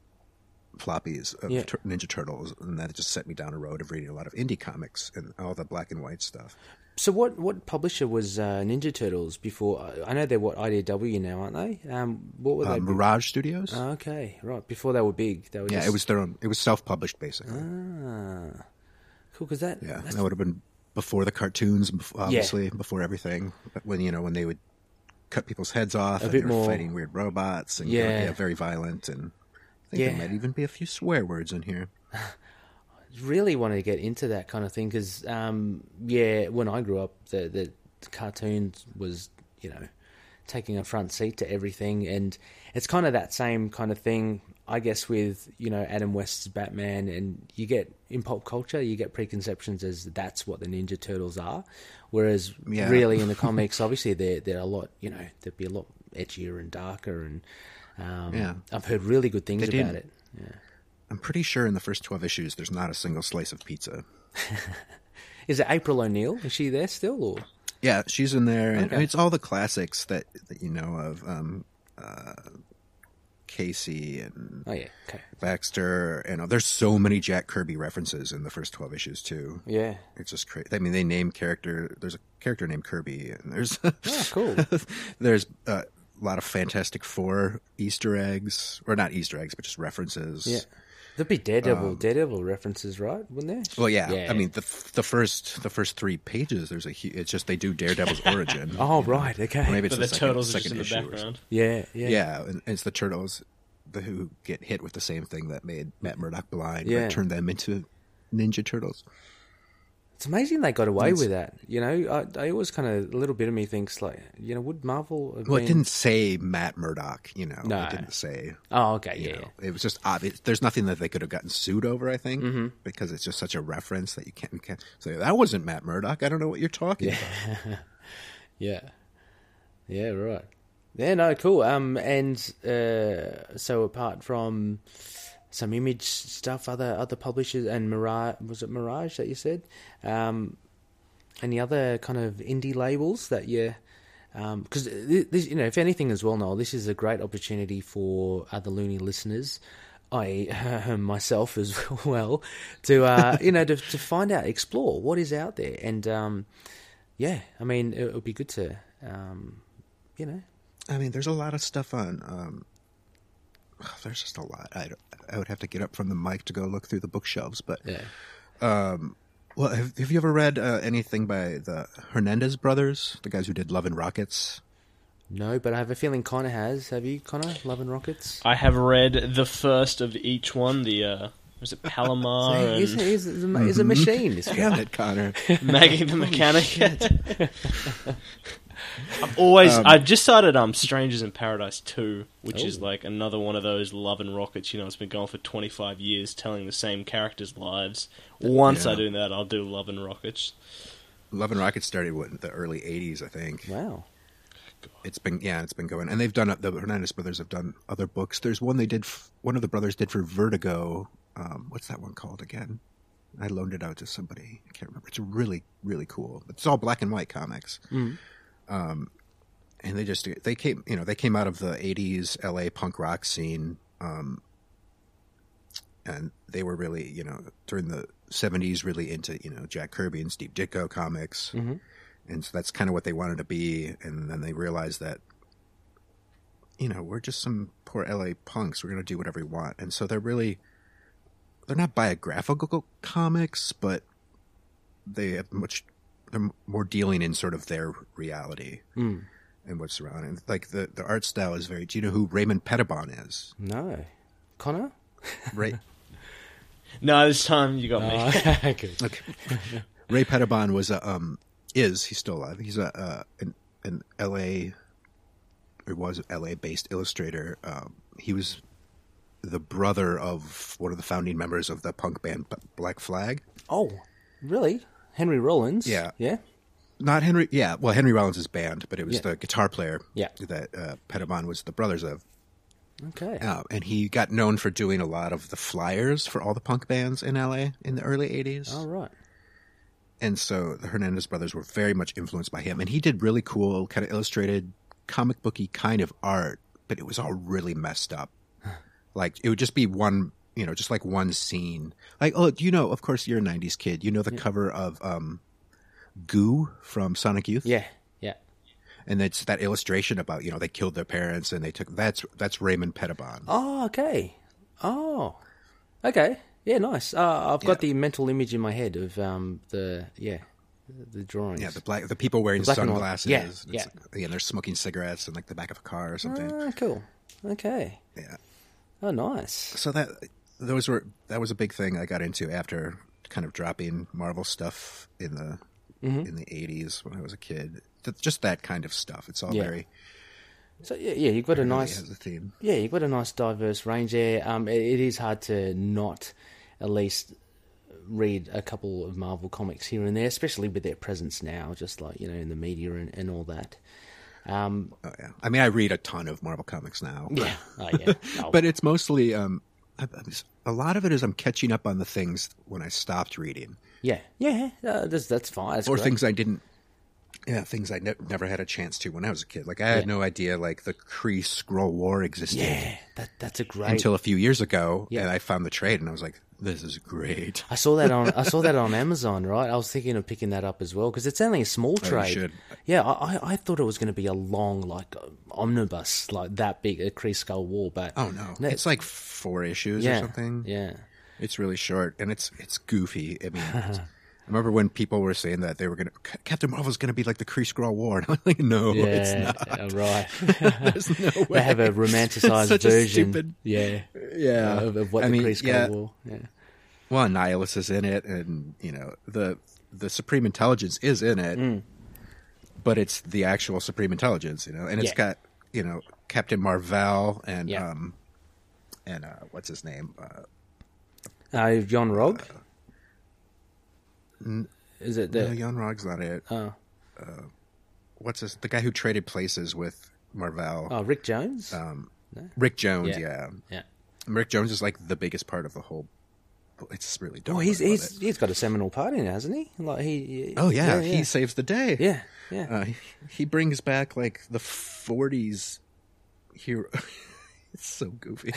Speaker 3: floppies of
Speaker 1: Yeah.
Speaker 3: Tur- Ninja Turtles, and that just set me down a road of reading a lot of indie comics and all the black and white stuff.
Speaker 1: So what? What publisher was uh, Ninja Turtles before? I- I know they're what IDW now, aren't they? Um, what were they?
Speaker 3: Um, Mirage Studios.
Speaker 1: Oh, okay, right. Before they were big, they were.
Speaker 3: yeah,
Speaker 1: just,
Speaker 3: it was their own. It was self-published basically.
Speaker 1: Ah, cool. Because that.
Speaker 3: yeah,
Speaker 1: that's-
Speaker 3: that would have been before the cartoons, bef- obviously before everything. But when you know when they would cut people's heads off, and
Speaker 1: bit
Speaker 3: they were
Speaker 1: more-
Speaker 3: fighting weird robots, and
Speaker 1: Yeah.
Speaker 3: yeah, very violent, and I think
Speaker 1: Yeah.
Speaker 3: there might even be a few swear words in here.
Speaker 1: really wanted to get into that kind of thing because, um, yeah, when I grew up, the, the cartoons was, you know, taking a front seat to everything. And it's kind of that same kind of thing, I guess, with, you know, Adam West's Batman. And you get in pop culture, you get preconceptions as that's what the Ninja Turtles are. Whereas,
Speaker 3: Yeah.
Speaker 1: really, in the comics, obviously, they're, they're a lot, you know, they'd be a lot edgier and darker. And um,
Speaker 3: Yeah.
Speaker 1: I've heard really good things
Speaker 3: They
Speaker 1: about
Speaker 3: did.
Speaker 1: it. Yeah.
Speaker 3: I'm pretty sure in the first twelve issues, there's not a single slice of pizza.
Speaker 1: Is it April O'Neil? Is she there still? or...?
Speaker 3: Yeah, she's in there, and
Speaker 1: Okay.
Speaker 3: it's all the classics that that you know of. Um, uh, Casey and
Speaker 1: Oh yeah, okay,
Speaker 3: Baxter, and there's so many Jack Kirby references in the first twelve issues too.
Speaker 1: yeah,
Speaker 3: It's just crazy. I mean, they name character. There's a character named Kirby, and there's
Speaker 1: oh, cool.
Speaker 3: there's uh, a lot of Fantastic Four Easter eggs, or not Easter eggs, but just references.
Speaker 1: yeah, there'd be Daredevil, Daredevil references, right? Wouldn't there?
Speaker 3: Um, Well, yeah.
Speaker 1: Yeah.
Speaker 3: I mean, the the first the first three pages, there's a hu- it's just they do Daredevil's origin.
Speaker 1: Oh right, okay,
Speaker 3: Or maybe it's
Speaker 2: But the
Speaker 3: second-
Speaker 2: turtles are just in
Speaker 3: second
Speaker 2: the
Speaker 3: issue or
Speaker 2: background.
Speaker 1: yeah, yeah,
Speaker 3: Yeah, and and it's the turtles the- who get hit with the same thing that made Matt Murdock blind,
Speaker 1: Yeah.
Speaker 3: but turned them into ninja turtles.
Speaker 1: It's amazing they got away with that. You know, I, I always kind of a little bit of me thinks like, you know, would Marvel? Have
Speaker 3: Well,
Speaker 1: been...
Speaker 3: it didn't say Matt Murdock, you know.
Speaker 1: No.
Speaker 3: It didn't say.
Speaker 1: Oh, okay,
Speaker 3: You
Speaker 1: yeah.
Speaker 3: know, it was just obvious. There's nothing that they could have gotten sued over, I think,
Speaker 1: Mm-hmm.
Speaker 3: because it's just such a reference that you can't, you can't say, that wasn't Matt Murdock. I don't know what you're talking about.
Speaker 1: Yeah. Yeah, right. Yeah, no, cool. Um and uh so apart from some image stuff, other other publishers and Mirage was it Mirage that you said? Um any other kind of indie labels that you um, because this, you know, if anything as well, Noel, this is a great opportunity for other loony listeners, i.e., myself as well, to uh, you know to, to find out, explore what is out there, and um, yeah, I mean, it would be good to, um, you know,
Speaker 3: I mean, there's a lot of stuff on. Um, there's just a lot. I, I would have to get up from the mic to go look through the bookshelves. But
Speaker 1: yeah.
Speaker 3: well, have, have you ever read uh, anything by the Hernandez brothers, the guys who did Love and Rockets?
Speaker 1: No, but I have a feeling Connor has. Have you, Connor? Love and Rockets.
Speaker 2: I have read the first of each one. The uh, was it Palomar
Speaker 1: So he's,
Speaker 2: and
Speaker 1: he's, he's, a, he's a machine. This guy.
Speaker 3: Damn it, Connor!
Speaker 2: Maggie the Mechanic? I've always I've just started um Strangers in Paradise two, which is
Speaker 1: Oh.
Speaker 2: like another one of those love and rockets. You know, it's been going for twenty five years, telling the same characters' lives. Once I
Speaker 3: Yeah.
Speaker 2: do that, I'll do love and rockets.
Speaker 3: Love and Rockets started what, in the early '80s, I think.
Speaker 1: Wow.
Speaker 3: It's been yeah, it's been going, and they've done the Hernandez brothers have done other books. There's one they did. f- One of the brothers did for Vertigo. Um, what's that one called again? I loaned it out to somebody. I can't remember. It's really really cool. It's all black and white comics. Um, and they just they came you know they came out of the '80s LA punk rock scene. Um, and they were really you know during the '70s really into you know Jack Kirby and Steve Ditko comics and so that's kind of what they wanted to be and then they realized that you know we're just some poor la punks we're going to do whatever we want and so they're really they're not biographical comics but they have much they're more dealing in sort of their reality and what's surrounding like the the art style is very do you know who raymond pettibon is
Speaker 1: No, Connor.
Speaker 3: right
Speaker 2: No, this time you got me.
Speaker 1: okay.
Speaker 3: Ray Pettibon was a um is he's still alive. He's a uh, an an L.A. or was L.A. based illustrator. Um, he was the brother of one of the founding members of the punk band B- Black Flag.
Speaker 1: Oh, really? Henry Rollins.
Speaker 3: Yeah.
Speaker 1: Yeah.
Speaker 3: Not Henry. Yeah, well Henry Rollins is band, but it was
Speaker 1: Yeah.
Speaker 3: the guitar player.
Speaker 1: Yeah.
Speaker 3: that uh, Pettibon was the brothers of.
Speaker 1: Okay.
Speaker 3: Uh, and he got known for doing a lot of the flyers for all the punk bands in L.A. in the early '80s.
Speaker 1: All right.
Speaker 3: and so the Hernandez brothers were very much influenced by him, and he did really cool, kind of illustrated, comic booky kind of art, but it was all really messed up. Like it would just be one, you know, just like one scene. Like oh, you know, of course you're a '90s kid. You know the cover of um, Goo from Sonic Youth,
Speaker 1: Yeah. Yeah.
Speaker 3: and it's that illustration about you know they killed their parents and they took that's that's Raymond Pettibon.
Speaker 1: Oh, okay. Oh, okay. Yeah, nice. Uh, I've got the mental image in my head of um, the yeah, the drawings.
Speaker 3: Yeah, the black the people wearing
Speaker 1: black and white.
Speaker 3: sunglasses.
Speaker 1: Yeah,
Speaker 3: It's
Speaker 1: yeah.
Speaker 3: like- yeah, and they're smoking cigarettes in like the back of a car or something.
Speaker 1: Ah, cool. Okay.
Speaker 3: Yeah.
Speaker 1: Oh, nice.
Speaker 3: so that those were that was a big thing I got into after kind of dropping Marvel stuff in the
Speaker 1: Mm-hmm.
Speaker 3: in the eighties when I was a kid. Th- Just that kind of stuff. It's all
Speaker 1: Yeah.
Speaker 3: very
Speaker 1: So yeah, yeah, you've got a
Speaker 3: nice.
Speaker 1: nice
Speaker 3: has a theme.
Speaker 1: yeah, you've got a nice diverse range there. Um, it, it is hard to not at least read a couple of Marvel comics here and there, especially with their presence now, just like you know in the media and, and all that. Um,
Speaker 3: Oh yeah. I mean, I read a ton of Marvel comics now.
Speaker 1: yeah, oh, yeah. Oh,
Speaker 3: but it's mostly um, I, I'm just- a lot of it is I'm catching up on the things when I stopped reading
Speaker 1: yeah, yeah, uh, that's that's fine. That's
Speaker 3: or
Speaker 1: great.
Speaker 3: things I didn't. Yeah, things I ne- never had a chance to when I was a kid. Like I had
Speaker 1: Yeah.
Speaker 3: no idea like the Kree Scroll War existed.
Speaker 1: Yeah, that that's a great.
Speaker 3: Until a few years ago,
Speaker 1: Yeah.
Speaker 3: and I found the trade, and I was like, "This is great."
Speaker 1: I saw that on I saw that on Amazon, right? I was thinking of picking that up as well because it's only a small
Speaker 3: Oh, you
Speaker 1: trade.
Speaker 3: should.
Speaker 1: Yeah, I, I, I thought it was going to be a long like omnibus, like that big, a Kree Skull War, but
Speaker 3: Oh no, it's like four issues
Speaker 1: yeah,
Speaker 3: or something.
Speaker 1: Yeah,
Speaker 3: It's really short and it's it's goofy. I mean, it's- I remember when people were saying that they were gonna "Ca- Captain Marvel's gonna be like the Kree Skrull War, and I'm like, no,
Speaker 1: yeah,
Speaker 3: it's not.
Speaker 1: right.
Speaker 3: There's no way.
Speaker 1: they have a romanticized
Speaker 3: such a
Speaker 1: version,
Speaker 3: stupid-
Speaker 1: yeah,
Speaker 3: yeah.
Speaker 1: of, of what
Speaker 3: I
Speaker 1: the
Speaker 3: mean,
Speaker 1: Kree Skull
Speaker 3: yeah.
Speaker 1: War. Yeah.
Speaker 3: Well, Nihilus is in it, and you know the the Supreme Intelligence is in it,
Speaker 1: Mm.
Speaker 3: but it's the actual Supreme Intelligence, you know, and it's
Speaker 1: Yeah.
Speaker 3: got you know Captain Marvel and
Speaker 1: Yeah.
Speaker 3: um and uh, what's his name? Uh,
Speaker 1: Uh, Jon Rog. Is it the?
Speaker 3: Uh, no, Jan Rog's not it.
Speaker 1: Oh.
Speaker 3: Uh, what's his? The guy who traded places with Marvel,
Speaker 1: Oh, Rick Jones.
Speaker 3: um, Rick Jones.
Speaker 1: Yeah.
Speaker 3: Yeah.
Speaker 1: yeah.
Speaker 3: Rick Jones is like the biggest part of the whole. It's really dope.
Speaker 1: Oh, he's
Speaker 3: I love
Speaker 1: he's
Speaker 3: it.
Speaker 1: he's got a seminal part in, it, hasn't he? Like he.
Speaker 3: Oh yeah,
Speaker 1: yeah,
Speaker 3: he saves the day.
Speaker 1: yeah, yeah.
Speaker 3: Uh, he- he brings back like the 40s hero. it's so goofy.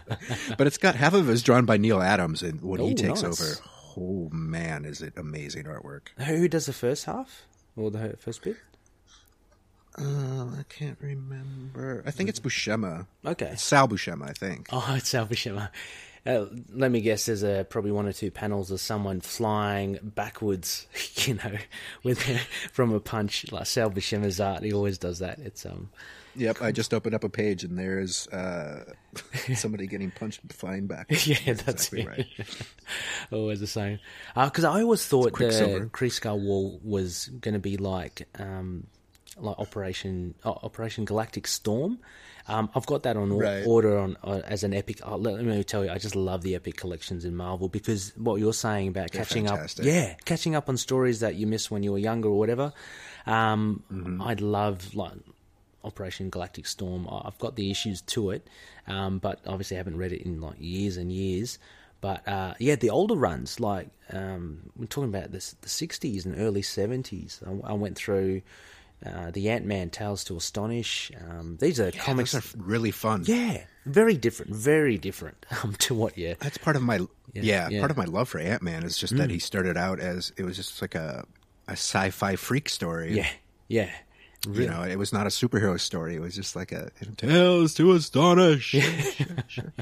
Speaker 3: but it's got half of it is drawn by Neil Adams, and when
Speaker 1: Oh,
Speaker 3: he takes
Speaker 1: nice.
Speaker 3: over, oh man, is it amazing artwork.
Speaker 1: Who does the first half or the h- first bit?
Speaker 3: Um, I can't remember. I think it's Buscema.
Speaker 1: Okay.
Speaker 3: It's Sal Buscema, I think.
Speaker 1: Oh, it's Al Buscema. Uh, let me guess. There's uh, probably one or two panels of someone flying backwards, you know, with from a punch. Like Sal Buscema's art, he always does that. It's um,
Speaker 3: Yep, I just opened up a page, and there's uh, somebody getting punched and flying back.
Speaker 1: yeah, that's
Speaker 3: exactly
Speaker 1: it.
Speaker 3: right.
Speaker 1: always the same. Because I always thought the
Speaker 3: Quicksilver.
Speaker 1: Kreeskar Wall was going to be like um, like Operation uh, Operation Galactic Storm. Um, I've got that on or-
Speaker 3: Right.
Speaker 1: order on uh, as an epic. Uh, let, let me tell you, I just love the epic collections in Marvel because what you're saying about catching
Speaker 3: fantastic.
Speaker 1: up, yeah, catching up on stories that you missed when you were younger or whatever. Um,
Speaker 3: Mm-hmm.
Speaker 1: I'd love like. Operation Galactic Storm. I- I've got the issues to it, um, but obviously haven't read it in like years and years. But uh, yeah, the older runs, like um, we're talking about this, the 60s and early 70s. I, I went through uh, the Ant Man Tales to Astonish. Um, these are
Speaker 3: Yeah,
Speaker 1: comics.
Speaker 3: those are really fun.
Speaker 1: yeah, very different, very different um, to what you.
Speaker 3: That's part of my
Speaker 1: yeah.
Speaker 3: yeah,
Speaker 1: Mm.
Speaker 3: part of my love for Ant Man is just that he started out as it was just like a a sci-fi freak story.
Speaker 1: Yeah, yeah.
Speaker 3: You know, it was not a superhero story. It was just like a tales to astonish. sure, sure.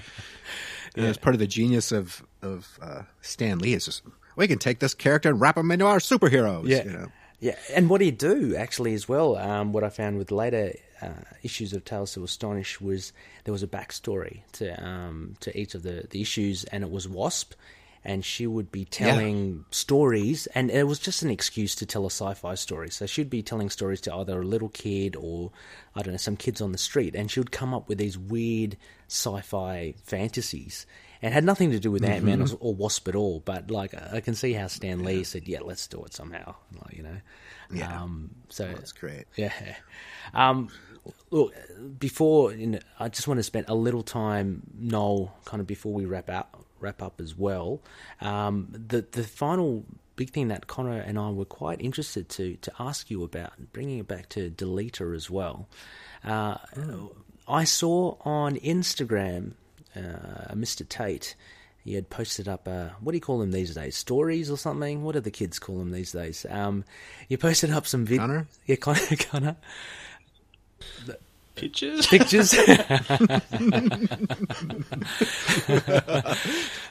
Speaker 3: And it's part of the genius of of uh, Stan Lee. Is just we can take this character and wrap him into our superheroes.
Speaker 1: Yeah.
Speaker 3: You know?
Speaker 1: Yeah, and what he do actually as well, um, what I found with later uh, issues of Tales to Astonish was there was a backstory to um, to each of the, the issues, and it was Wasp, and she would be telling stories, and it was just an excuse to tell a sci-fi story. So she'd be telling stories to either a little kid or I don't know some kids on the street, and she would come up with these weird sci-fi fantasies. And it had nothing to do with Ant Man or, or Wasp at all, but like I I can see how Stan Lee said, "Yeah, let's do it somehow," like, you know.
Speaker 3: Yeah.
Speaker 1: Um, so
Speaker 3: That's great.
Speaker 1: yeah. Um, look, before you know, I just want to spend a little time, Noel, kind of before we wrap up, wrap up as well. Um, the the final big thing that Connor and I were quite interested to to ask you about, bringing it back to Deleter as well. Uh, I saw on Instagram, uh, Mr. Tate. He had posted up, uh, what do you call them these days? Stories or something? What do the kids call them these days? Um, you posted up some videos.
Speaker 3: Connor?
Speaker 1: Yeah, Connor. Connor.
Speaker 2: Pictures?
Speaker 1: Pictures.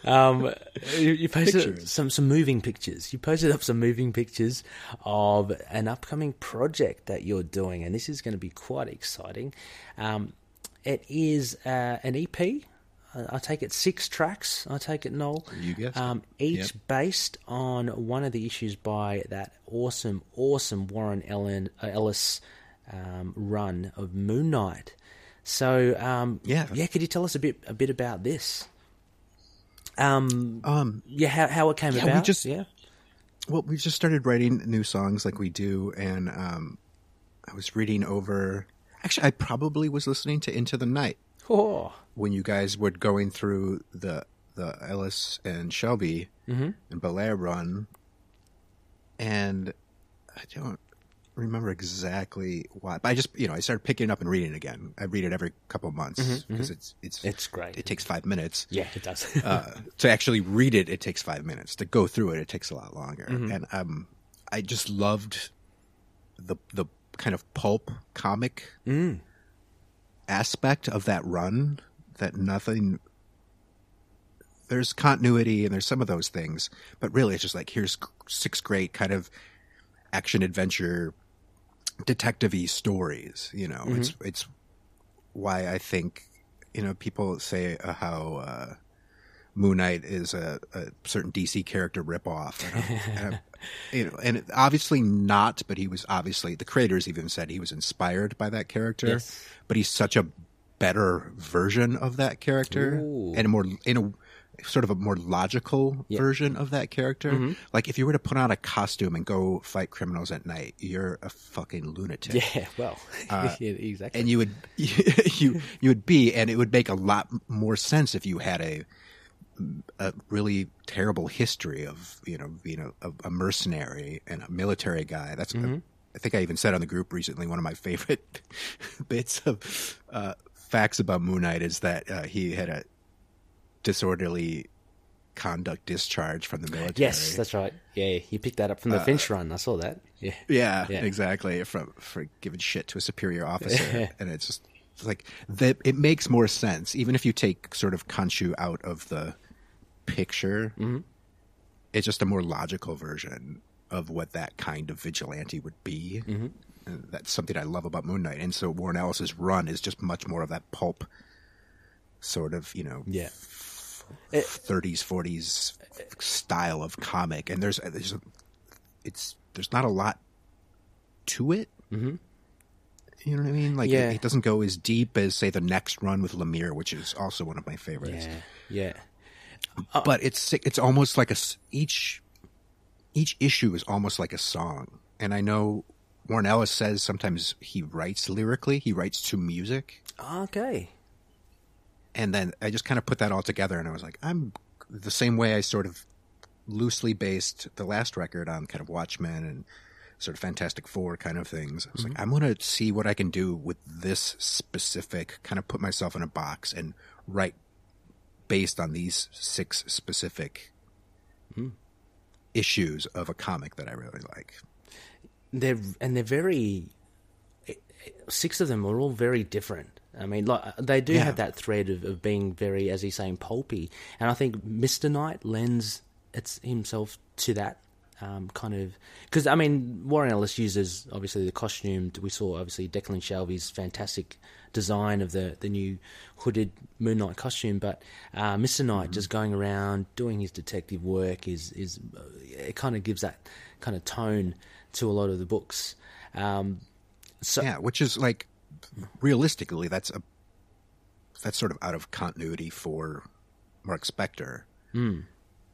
Speaker 1: um, you, you posted
Speaker 3: Pictures.
Speaker 1: some some moving pictures. You posted up some moving pictures of an upcoming project that you're doing, and this is going to be quite exciting. Um, it is uh, an EP. I, I take it six tracks. I take it Noel.
Speaker 3: You guessed it.
Speaker 1: Um, each
Speaker 3: Yep.
Speaker 1: based on one of the issues by that awesome, awesome Warren Ellen, uh, Ellis um, run of Moon Knight. So, um,
Speaker 3: Yeah.
Speaker 1: yeah. Could you tell us a bit, a bit about this? Um,
Speaker 3: Um,
Speaker 1: yeah, how, how it came
Speaker 3: yeah, we
Speaker 1: about.
Speaker 3: just-
Speaker 1: yeah,
Speaker 3: Well, we just started writing new songs like we do, and um, I was reading over. Actually, I probably was listening to Into the Night
Speaker 1: oh,
Speaker 3: when you guys were going through the the Ellis and Shelby and Belair run, and I don't remember exactly why, but I just you know I started picking it up and reading it again. I read it every couple of months because it's it's
Speaker 1: It's great.
Speaker 3: It takes five minutes
Speaker 1: yeah, it does.
Speaker 3: uh, to actually read it, it takes five minutes. To go through it, it takes a lot longer. And um, I just loved the the kind of pulp comic aspect of that run. That nothing. There's continuity and there's some of those things, but really it's just like here's six great kind of action adventure detective-y stories. You know, it's it's why I think you know people say uh, how. Uh, Moon Knight is a, a certain DC character ripoff. And, I'm- and, I'm- you know, and obviously not, but he was obviously the creators even said he was inspired by that character.
Speaker 1: Yes.
Speaker 3: But he's such a better version of that character
Speaker 1: Ooh.
Speaker 3: and a more in a sort of a more logical version of that character. Like if you were to put on a costume and go fight criminals at night, you're a fucking lunatic
Speaker 1: Yeah, well, yeah, exactly.
Speaker 3: uh, and you would you you would be and it would make a lot more sense if you had a a really terrible history of you know being a, a mercenary and a military guy that's I think I even said on the group recently one of my favorite bits of uh, facts about Moon Knight is that uh, he had a disorderly conduct discharge from the military.
Speaker 1: yes, that's right. Yeah, you picked that up from the
Speaker 3: Uh,
Speaker 1: Finch run. I saw that. Yeah.
Speaker 3: Yeah,
Speaker 1: Yeah.
Speaker 3: exactly. From for giving shit to a superior officer, and it's just it's like that. It makes more sense, even if you take sort of Kanchu out of the picture. It's just a more logical version of what that kind of vigilante would be. And that's something I love about Moon Knight, and so Warren Ellis's run is just much more of that pulp sort of, you know,
Speaker 1: Yeah.
Speaker 3: 30s 40s style of comic and there's there's a- it's there's not a lot to it mm-hmm. you know what i mean like
Speaker 1: Yeah.
Speaker 3: it, it doesn't go as deep as say the next run with lemire which is also one of my favorites
Speaker 1: Yeah. Yeah.
Speaker 3: but it's it's almost like a s- each each issue is almost like a song and i know warren ellis says sometimes he writes lyrically he writes to music
Speaker 1: Okay.
Speaker 3: and then I just kind of put that all together, and I was like, I'm the same way I sort of loosely based the last record on kind of Watchmen and sort of Fantastic Four kind of things. I was like, I'm going to see what I can do with this specific kind of put myself in a box and write based on these six specific issues of a comic that I really like.
Speaker 1: They're and they're very. Six of them are all very different. I mean, like uh, they do
Speaker 3: Yeah.
Speaker 1: have that thread of, of being very, as he's saying, pulpy, and I think Mister Knight lends it's himself to that um, kind of because I mean Warren Ellis uses obviously the costume we saw obviously Declan Shelby's fantastic design of the the new hooded Moon Knight costume, but uh, Mister Knight
Speaker 3: Mm-hmm.
Speaker 1: just going around doing his detective work is is uh, it kind of gives that kind of tone to a lot of the books. Um, so
Speaker 3: Yeah, which is like realistically, that's a that's sort of out of continuity for Mark Spector. You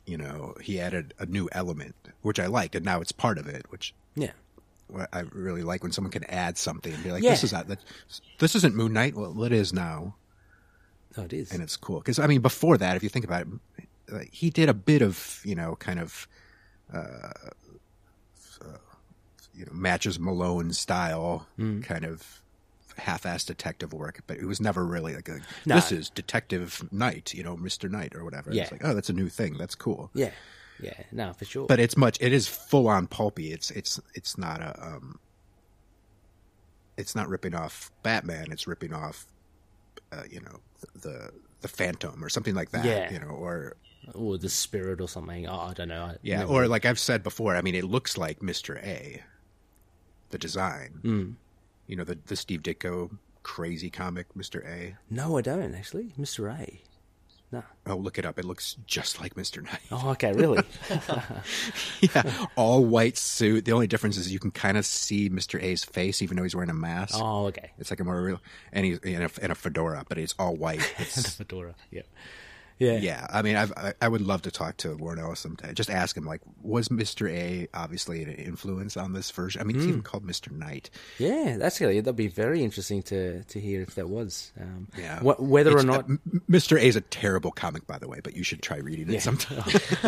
Speaker 3: know, he added a new element, which I like, and now it's part of it, which
Speaker 1: yeah.
Speaker 3: I really like when someone can add something and be like,
Speaker 1: Yeah.
Speaker 3: "This is out- that, this isn't Moon Knight." Well, it is now,
Speaker 1: Oh, it is.
Speaker 3: and it's cool because I mean, before that, if you think about it, uh, he did a bit of you know, kind of, uh, uh, you know, matches Malone style kind of half-ass detective work, but it was never really like a,
Speaker 1: No.
Speaker 3: this is Detective Knight, you know, Mister Knight or whatever.
Speaker 1: Yeah.
Speaker 3: It's like, oh, that's a new thing. That's cool.
Speaker 1: Yeah, yeah, no, for sure.
Speaker 3: But it's much. It is full on pulpy. It's it's it's not a um. It's not ripping off Batman. It's ripping off, uh, you know, the the Phantom or something like that.
Speaker 1: Yeah.
Speaker 3: You know, or
Speaker 1: or the spirit or something. Oh, I don't know. I,
Speaker 3: yeah, or like I've said before, I mean, it looks like Mister A, the design.
Speaker 1: Hmm.
Speaker 3: You know, the the Steve Ditko crazy comic Mister A.
Speaker 1: no, I don't actually. Mister A. No.
Speaker 3: Oh, look it up. It looks just like Mister Knight.
Speaker 1: Oh, okay, really?
Speaker 3: yeah, all white suit. The only difference is you can kind of see Mister A's face, even though he's wearing a mask.
Speaker 1: oh, okay.
Speaker 3: It's like a more real, and he's in a, in a fedora, but it's all white. It's,
Speaker 1: Fedora. Yep. Yeah.
Speaker 3: yeah, I mean, I've, I I would love to talk to Warren Ellis sometime. Just ask him, like, was Mister A obviously an influence on this version? I mean, it's even called Mister Knight.
Speaker 1: Yeah, that's really that'd be very interesting to to hear if that was. Um,
Speaker 3: Yeah,
Speaker 1: wh- whether or
Speaker 3: It's-
Speaker 1: not.
Speaker 3: uh, M- Mister A is a terrible comic, by the way, but you should try reading it sometime.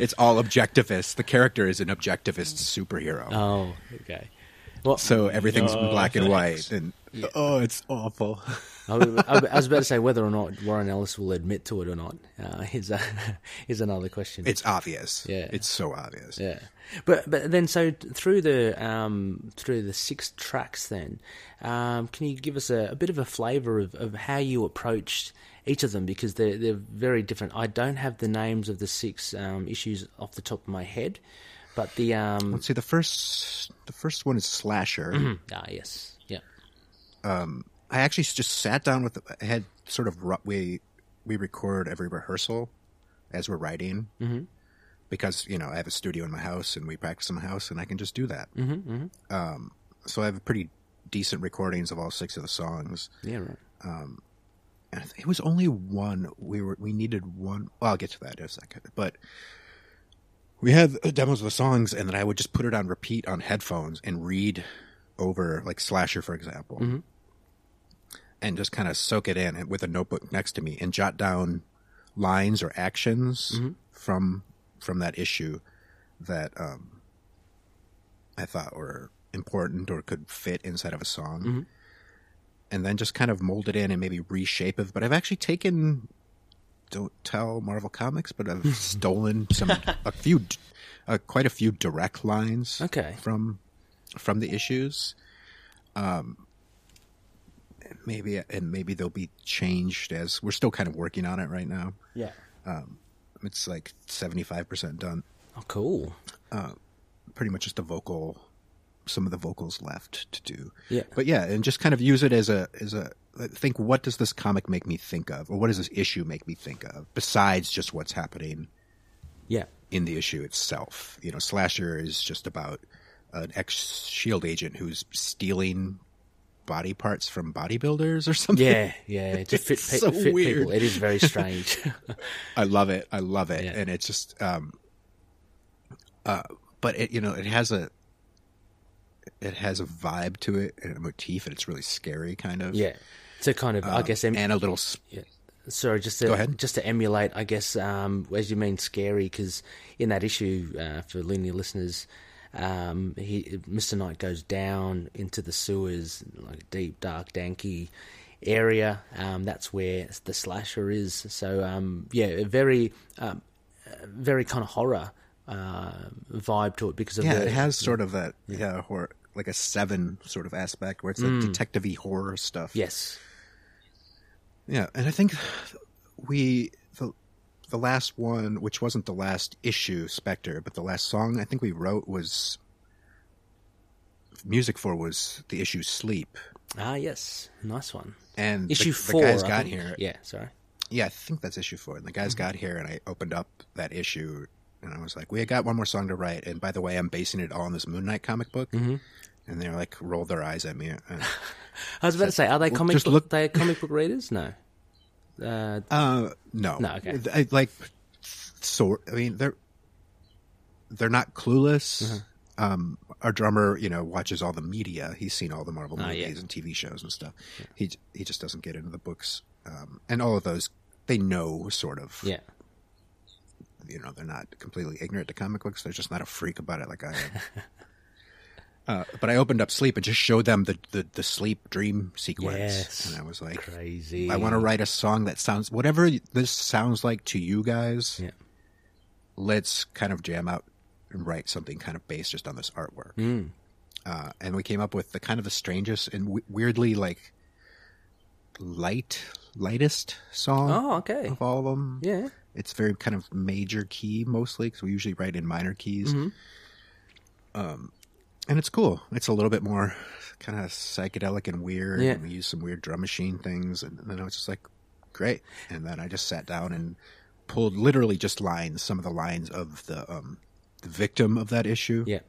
Speaker 3: it's all objectivist. The character is an objectivist superhero.
Speaker 1: oh, okay. Well,
Speaker 3: so everything's in
Speaker 2: No,
Speaker 3: black and
Speaker 2: thanks.
Speaker 3: white, and oh, it's awful.
Speaker 1: I, was- I was about to say whether or not Warren Ellis will admit to it or not uh, is a, is another question.
Speaker 3: It's obvious.
Speaker 1: Yeah.
Speaker 3: it's so obvious.
Speaker 1: Yeah, but but then so t- through the um through the six tracks, then um, can you give us a, a bit of a flavour of, of how you approached each of them because they're they're very different. I don't have the names of the six um, issues off the top of my head, but the um
Speaker 3: Let's see. The first, the first one is slasher.
Speaker 1: ah yes yeah
Speaker 3: I actually just sat down with. I had sort of ru- we we record every rehearsal as we're writing mm-hmm. because you know I have a studio in my house and we practice in my house and I can just do that. Mm-hmm, Um, so I have pretty decent recordings of all six of the songs.
Speaker 1: Yeah, right.
Speaker 3: And I think it was only one we were we needed one. Well, I'll get to that in a second, but. We had uh, demos of the songs, and then I would just put it on repeat on headphones and read over, like Slasher, for example, and just kind of soak it in and- with a notebook next to me and jot down lines or actions from from that issue that um, I thought were important or could fit inside of a song, and then just kind of mold it in and maybe reshape it. But I've actually taken don't tell Marvel Comics, but I've stolen some a few, uh, quite a few direct lines.
Speaker 1: Okay.
Speaker 3: From from the issues, um, and maybe and maybe they'll be changed as we're still kind of working on it right now.
Speaker 1: Yeah.
Speaker 3: It's like seventy five percent done.
Speaker 1: Oh, cool.
Speaker 3: Pretty much just the vocal, some of the vocals left to do.
Speaker 1: Yeah.
Speaker 3: But yeah, and just kind of use it as a as a think. What does this comic make me think of, or what does this issue make me think of, besides just what's happening
Speaker 1: Yeah.
Speaker 3: in the issue itself. You know, Slasher is just about an ex Shield E agent who's stealing body parts from bodybuilders or something.
Speaker 1: Yeah, yeah, to fit,
Speaker 3: It's
Speaker 1: pe-
Speaker 3: so
Speaker 1: fit
Speaker 3: weird.
Speaker 1: people. It is very strange.
Speaker 3: I love it. I love it.
Speaker 1: Yeah.
Speaker 3: And it's just, um, uh, but it you know it has a it has a vibe to it and a motif, and it's really scary, kind of.
Speaker 1: yeah. To kind of, I
Speaker 3: Um,
Speaker 1: guess, em-
Speaker 3: and a little s-
Speaker 1: sorry, just to
Speaker 3: Go ahead.
Speaker 1: just to emulate, I guess, um, as you mean, scary because in that issue uh, for linear listeners, um, he Mr. Knight goes down into the sewers, like a deep, dark, danky area. Um, that's where the slasher is. So, um, yeah, a very, um, a very kind of horror uh, vibe to it because of
Speaker 3: Yeah,
Speaker 1: the
Speaker 3: it has sort of that yeah, horror, like a seven sort of aspect where it's
Speaker 1: Mm.
Speaker 3: the detective-y horror stuff.
Speaker 1: yes,
Speaker 3: Yeah, and I think we the the last one, which wasn't the last issue, Spectre, but the last song I think we wrote was music for was the issue Sleep,
Speaker 1: ah, yes, nice one.
Speaker 3: and the-
Speaker 1: Issue
Speaker 3: the,
Speaker 1: four.
Speaker 3: guys
Speaker 1: I
Speaker 3: got
Speaker 1: think.
Speaker 3: here.
Speaker 1: Yeah, Mm-hmm. sorry.
Speaker 3: Yeah, I think that's issue four. And the guys got here, and I opened up that issue, and I was like, "We got one more song to write." And by the way, I'm basing it all on this Moon Knight comic book.
Speaker 1: Mm-hmm.
Speaker 3: And they were like, rolled their eyes at me. Uh, And,
Speaker 1: I was about to say, are they comic
Speaker 3: just
Speaker 1: book,
Speaker 3: look-
Speaker 1: they comic book readers? No. Uh,
Speaker 3: Uh, no,
Speaker 1: No, okay.
Speaker 3: I, like, sort. I mean, they're they're not clueless.
Speaker 1: Uh-huh.
Speaker 3: Um, our drummer, you know, watches all the media. He's seen all the Marvel
Speaker 1: Ah,
Speaker 3: movies
Speaker 1: yeah.
Speaker 3: and TV shows and stuff. He he just doesn't get into the books. Um, and all of those, they know sort of.
Speaker 1: yeah.
Speaker 3: You know, they're not completely ignorant to comic books. They're just not a freak about it like I am. Uh, but I opened up Sleep and just showed them the, the, the sleep dream sequence.
Speaker 1: Yes.
Speaker 3: And I was like,
Speaker 1: Crazy.
Speaker 3: I want to write a song that sounds whatever this sounds like to you guys.
Speaker 1: Yeah.
Speaker 3: Let's kind of jam out and write something kind of based just on this artwork.
Speaker 1: Hmm.
Speaker 3: Uh, and we came up with the kind of the strangest and w- weirdly like light, lightest song
Speaker 1: Oh, okay.
Speaker 3: of all of them.
Speaker 1: Yeah.
Speaker 3: It's very kind of major key mostly because we usually write in minor keys. Um, and it's cool. It's a little bit more kind of psychedelic and weird.
Speaker 1: Yeah.
Speaker 3: And we use some weird drum machine things, and then I was just like, great. And then I just sat down and pulled literally just lines, some of the lines of the um, the victim of that issue
Speaker 1: Yeah.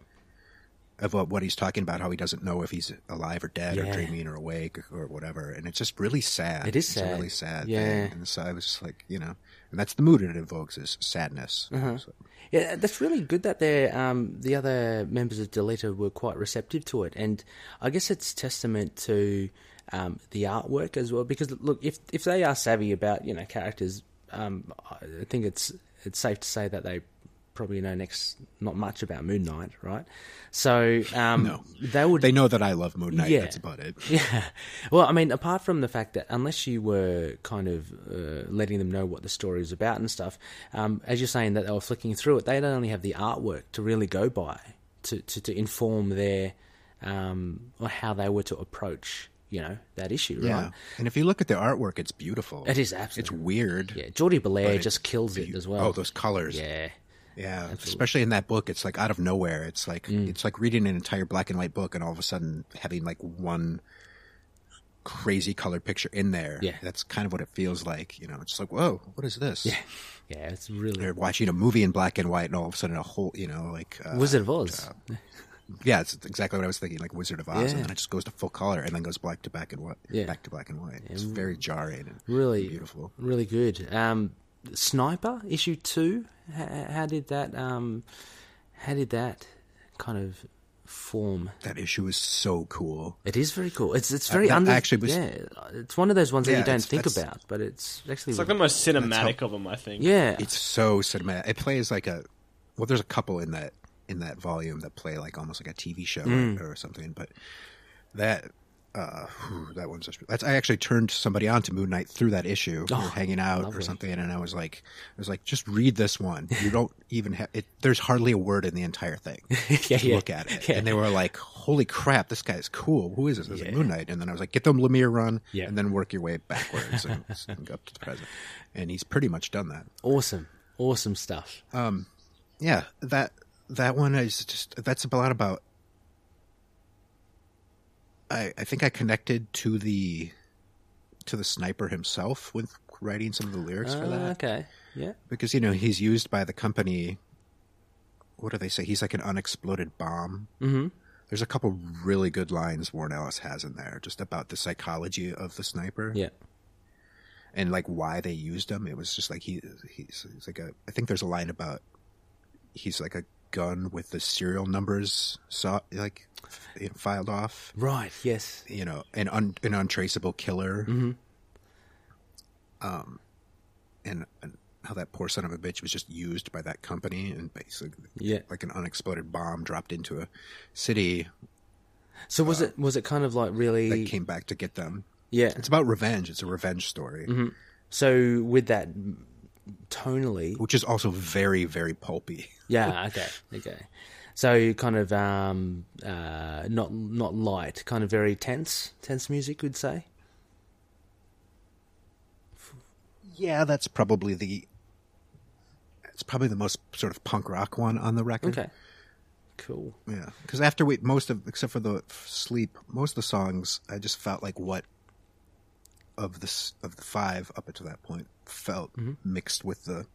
Speaker 3: of what, what he's talking about, how he doesn't know if he's alive or dead or
Speaker 1: Yeah.
Speaker 3: dreaming or awake or, or whatever. And it's just really sad.
Speaker 1: It is
Speaker 3: It's
Speaker 1: sad.
Speaker 3: a really sad
Speaker 1: Yeah.
Speaker 3: thing. And so I was just like, you know, and that's the mood it evokes is sadness.
Speaker 1: Uh-huh.
Speaker 3: So-
Speaker 1: Yeah, that's really good that they um, the other members of Delita were quite receptive to it, and I guess it's testament to um, the artwork as well. Because look, if if they are savvy about you know characters, um, I think it's it's safe to say that they probably know next not much about Moon Knight, right? So um,
Speaker 3: No.
Speaker 1: they would
Speaker 3: They know that I love Moon Knight.
Speaker 1: Yeah.
Speaker 3: That's about it.
Speaker 1: yeah. Well, I mean, apart from the fact that unless you were kind of uh, letting them know what the story was about and stuff, um, as you're saying that they were flicking through it, they don't only have the artwork to really go by to, to, to inform their um, or how they were to approach, you know, that issue,
Speaker 3: Yeah.
Speaker 1: right?
Speaker 3: And if you look at the artwork, it's beautiful.
Speaker 1: It is
Speaker 3: It's
Speaker 1: absolutely.
Speaker 3: weird.
Speaker 1: yeah, Geordie Belair
Speaker 3: it's
Speaker 1: just kills it
Speaker 3: beau-
Speaker 1: as well.
Speaker 3: Oh, those colors.
Speaker 1: Yeah. Mm.
Speaker 3: Yeah, especially in that book, it's like out of nowhere. It's like it's like reading an entire black and white book, and all of a sudden having like one crazy color picture in there.
Speaker 1: Yeah.
Speaker 3: That's kind of what it feels like. You know, it's like, whoa, what is this?
Speaker 1: Yeah, yeah, it's really
Speaker 3: They're watching a movie in black and white, and all of a sudden, a whole, you know, like. Uh,
Speaker 1: Wizard of Oz.
Speaker 3: Yeah, it's exactly what I was thinking, like Wizard of Oz,
Speaker 1: Yeah.
Speaker 3: and then it just goes to full color, and then goes black to black and white,
Speaker 1: Yeah.
Speaker 3: back to black and white. It's very jarring, and
Speaker 1: really
Speaker 3: beautiful.
Speaker 1: really good. Um, Sniper issue two. How, how did that? Um, how did that kind of form?
Speaker 3: That issue is so cool.
Speaker 1: It is very cool. It's it's very
Speaker 3: that
Speaker 1: under.
Speaker 3: Uh, actually was-
Speaker 1: yeah, it's one of those ones that
Speaker 3: Yeah,
Speaker 1: you don't
Speaker 3: it's-
Speaker 1: think
Speaker 3: that's-
Speaker 1: about, but it's actually
Speaker 2: It's like the most cinematic of them, I think.
Speaker 1: yeah.
Speaker 3: It's so cinematic. It plays like a well. There's a couple in that in that volume that play like almost like a TV show
Speaker 1: Mm.
Speaker 3: or, or something. But that uh, whew, that one's just that's. I actually turned somebody on to Moon Knight through that issue. we
Speaker 1: Oh,
Speaker 3: were hanging out or
Speaker 1: lovely.
Speaker 3: something, and I was like, I was like, just read this one. You don't even have. It, there's hardly a word in the entire thing. just
Speaker 1: yeah.
Speaker 3: look at it.
Speaker 1: Yeah.
Speaker 3: And they were like, holy crap, this guy's cool. Who is this? This is Moon Knight. And then I was like, get them Lemire run,
Speaker 1: Yeah.
Speaker 3: and then work your way backwards and, and go up to the present. And he's pretty much done that.
Speaker 1: awesome, awesome stuff.
Speaker 3: yeah that that one is just that's a lot about i i think i connected to the to the sniper himself with writing some of the lyrics for
Speaker 1: Ah,
Speaker 3: that
Speaker 1: okay, yeah,
Speaker 3: because you know he's used by the company what do they say he's like an unexploded bomb mm-hmm. there's a couple really good lines warren ellis has in there just about the psychology of the sniper
Speaker 1: yeah,
Speaker 3: and like why they used him. It was just like he he's, he's like a I think there's a line about he's like a gun with the serial numbers saw like you know, filed off.
Speaker 1: right, yes,
Speaker 3: You know, an un, an untraceable killer. Um, and, and how that poor son of a bitch was just used by that company and basically
Speaker 1: yeah.
Speaker 3: like an unexploded bomb dropped into a city
Speaker 1: So was
Speaker 3: uh,
Speaker 1: it was it kind of like really
Speaker 3: that came back to get them.
Speaker 1: yeah?
Speaker 3: It's about revenge. It's a revenge story,
Speaker 1: So with that mm, tonally,
Speaker 3: which is also very very pulpy.
Speaker 1: Yeah. Okay. Okay. So kind of um, uh, not not light, kind of very tense, tense music, would say.
Speaker 3: Yeah, that's probably the. It's probably the most sort of punk rock one on the record.
Speaker 1: Okay. Cool.
Speaker 3: Yeah, because after we most of except for the sleep, most of the songs I just felt like what of the s- of the five up until that point felt
Speaker 1: Mm-hmm.
Speaker 3: mixed with the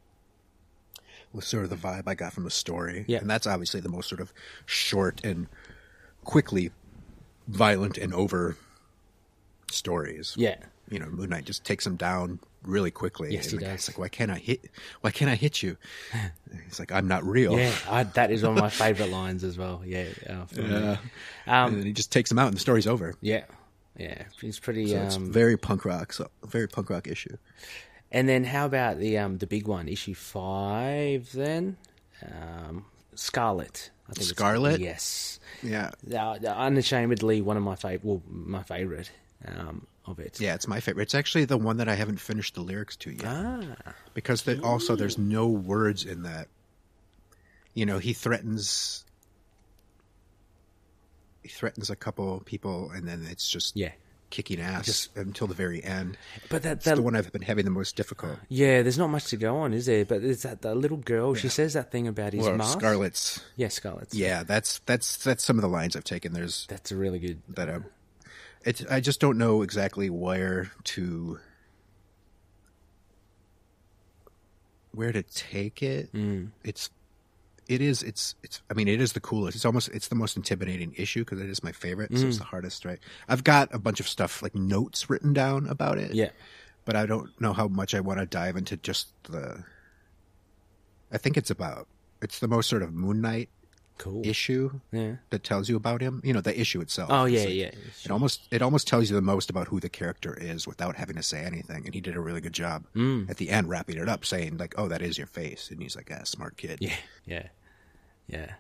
Speaker 3: with sort of the vibe I got from the story.
Speaker 1: Yeah.
Speaker 3: and that's obviously the most sort of short and quickly violent and over stories
Speaker 1: Yeah.
Speaker 3: you know, Moon Knight just takes him down really quickly.
Speaker 1: Yes,
Speaker 3: and
Speaker 1: he
Speaker 3: the
Speaker 1: does.
Speaker 3: guy's like, why can't I hit? Why can't I hit you? And he's like, I'm not real.
Speaker 1: Yeah. I, that is one of my favorite lines as well. Yeah. Uh, from
Speaker 3: Yeah.
Speaker 1: there. Um,
Speaker 3: and then he just takes him out, and the story's over.
Speaker 1: yeah. Yeah. It's pretty.
Speaker 3: So
Speaker 1: um,
Speaker 3: it's very punk rock. So very punk rock issue.
Speaker 1: And then how about the um, the big one, issue five? Then um, Scarlet. I think it's-
Speaker 3: Scarlet?
Speaker 1: Yes.
Speaker 3: Yeah,
Speaker 1: Now, unashamedly, one of my favorite. Well, my favorite um, of it.
Speaker 3: yeah, it's my favorite. It's actually the one that I haven't finished the lyrics to yet,
Speaker 1: Ah.
Speaker 3: because the, also there's no words in that. You know, he threatens. He threatens a couple people, and then it's just
Speaker 1: Yeah.
Speaker 3: kicking ass until the very end.
Speaker 1: But that,
Speaker 3: It's
Speaker 1: that
Speaker 3: the one I've been having the most difficult.
Speaker 1: yeah, there's not much to go on, is there? But it's that, that little girl. She says that thing about his
Speaker 3: Well,
Speaker 1: mask.
Speaker 3: Scarlet's.
Speaker 1: Yeah, Scarlet's.
Speaker 3: Yeah, that's that's that's some of the lines I've taken. There's
Speaker 1: that's a really good.
Speaker 3: that i It's I just don't know exactly where to where to take it. It's it is it's it's I mean it is the coolest. It's almost it's the most intimidating issue because it is my favorite. So it's the hardest, right? I've got a bunch of stuff like notes written down about it
Speaker 1: Yeah,
Speaker 3: but I don't know how much I want to dive into just the. I think it's about it's the most sort of Moon Knight
Speaker 1: cool.
Speaker 3: issue
Speaker 1: Yeah.
Speaker 3: that tells you about him. You know, the issue itself.
Speaker 1: Oh yeah,
Speaker 3: It's like-
Speaker 1: yeah.
Speaker 3: It almost it almost tells you the most about who the character is without having to say anything, and he did a really good job
Speaker 1: Mm.
Speaker 3: at the end wrapping it up, saying like, "Oh, that is your face," and he's like, "Ah, smart kid."
Speaker 1: Yeah, yeah, yeah.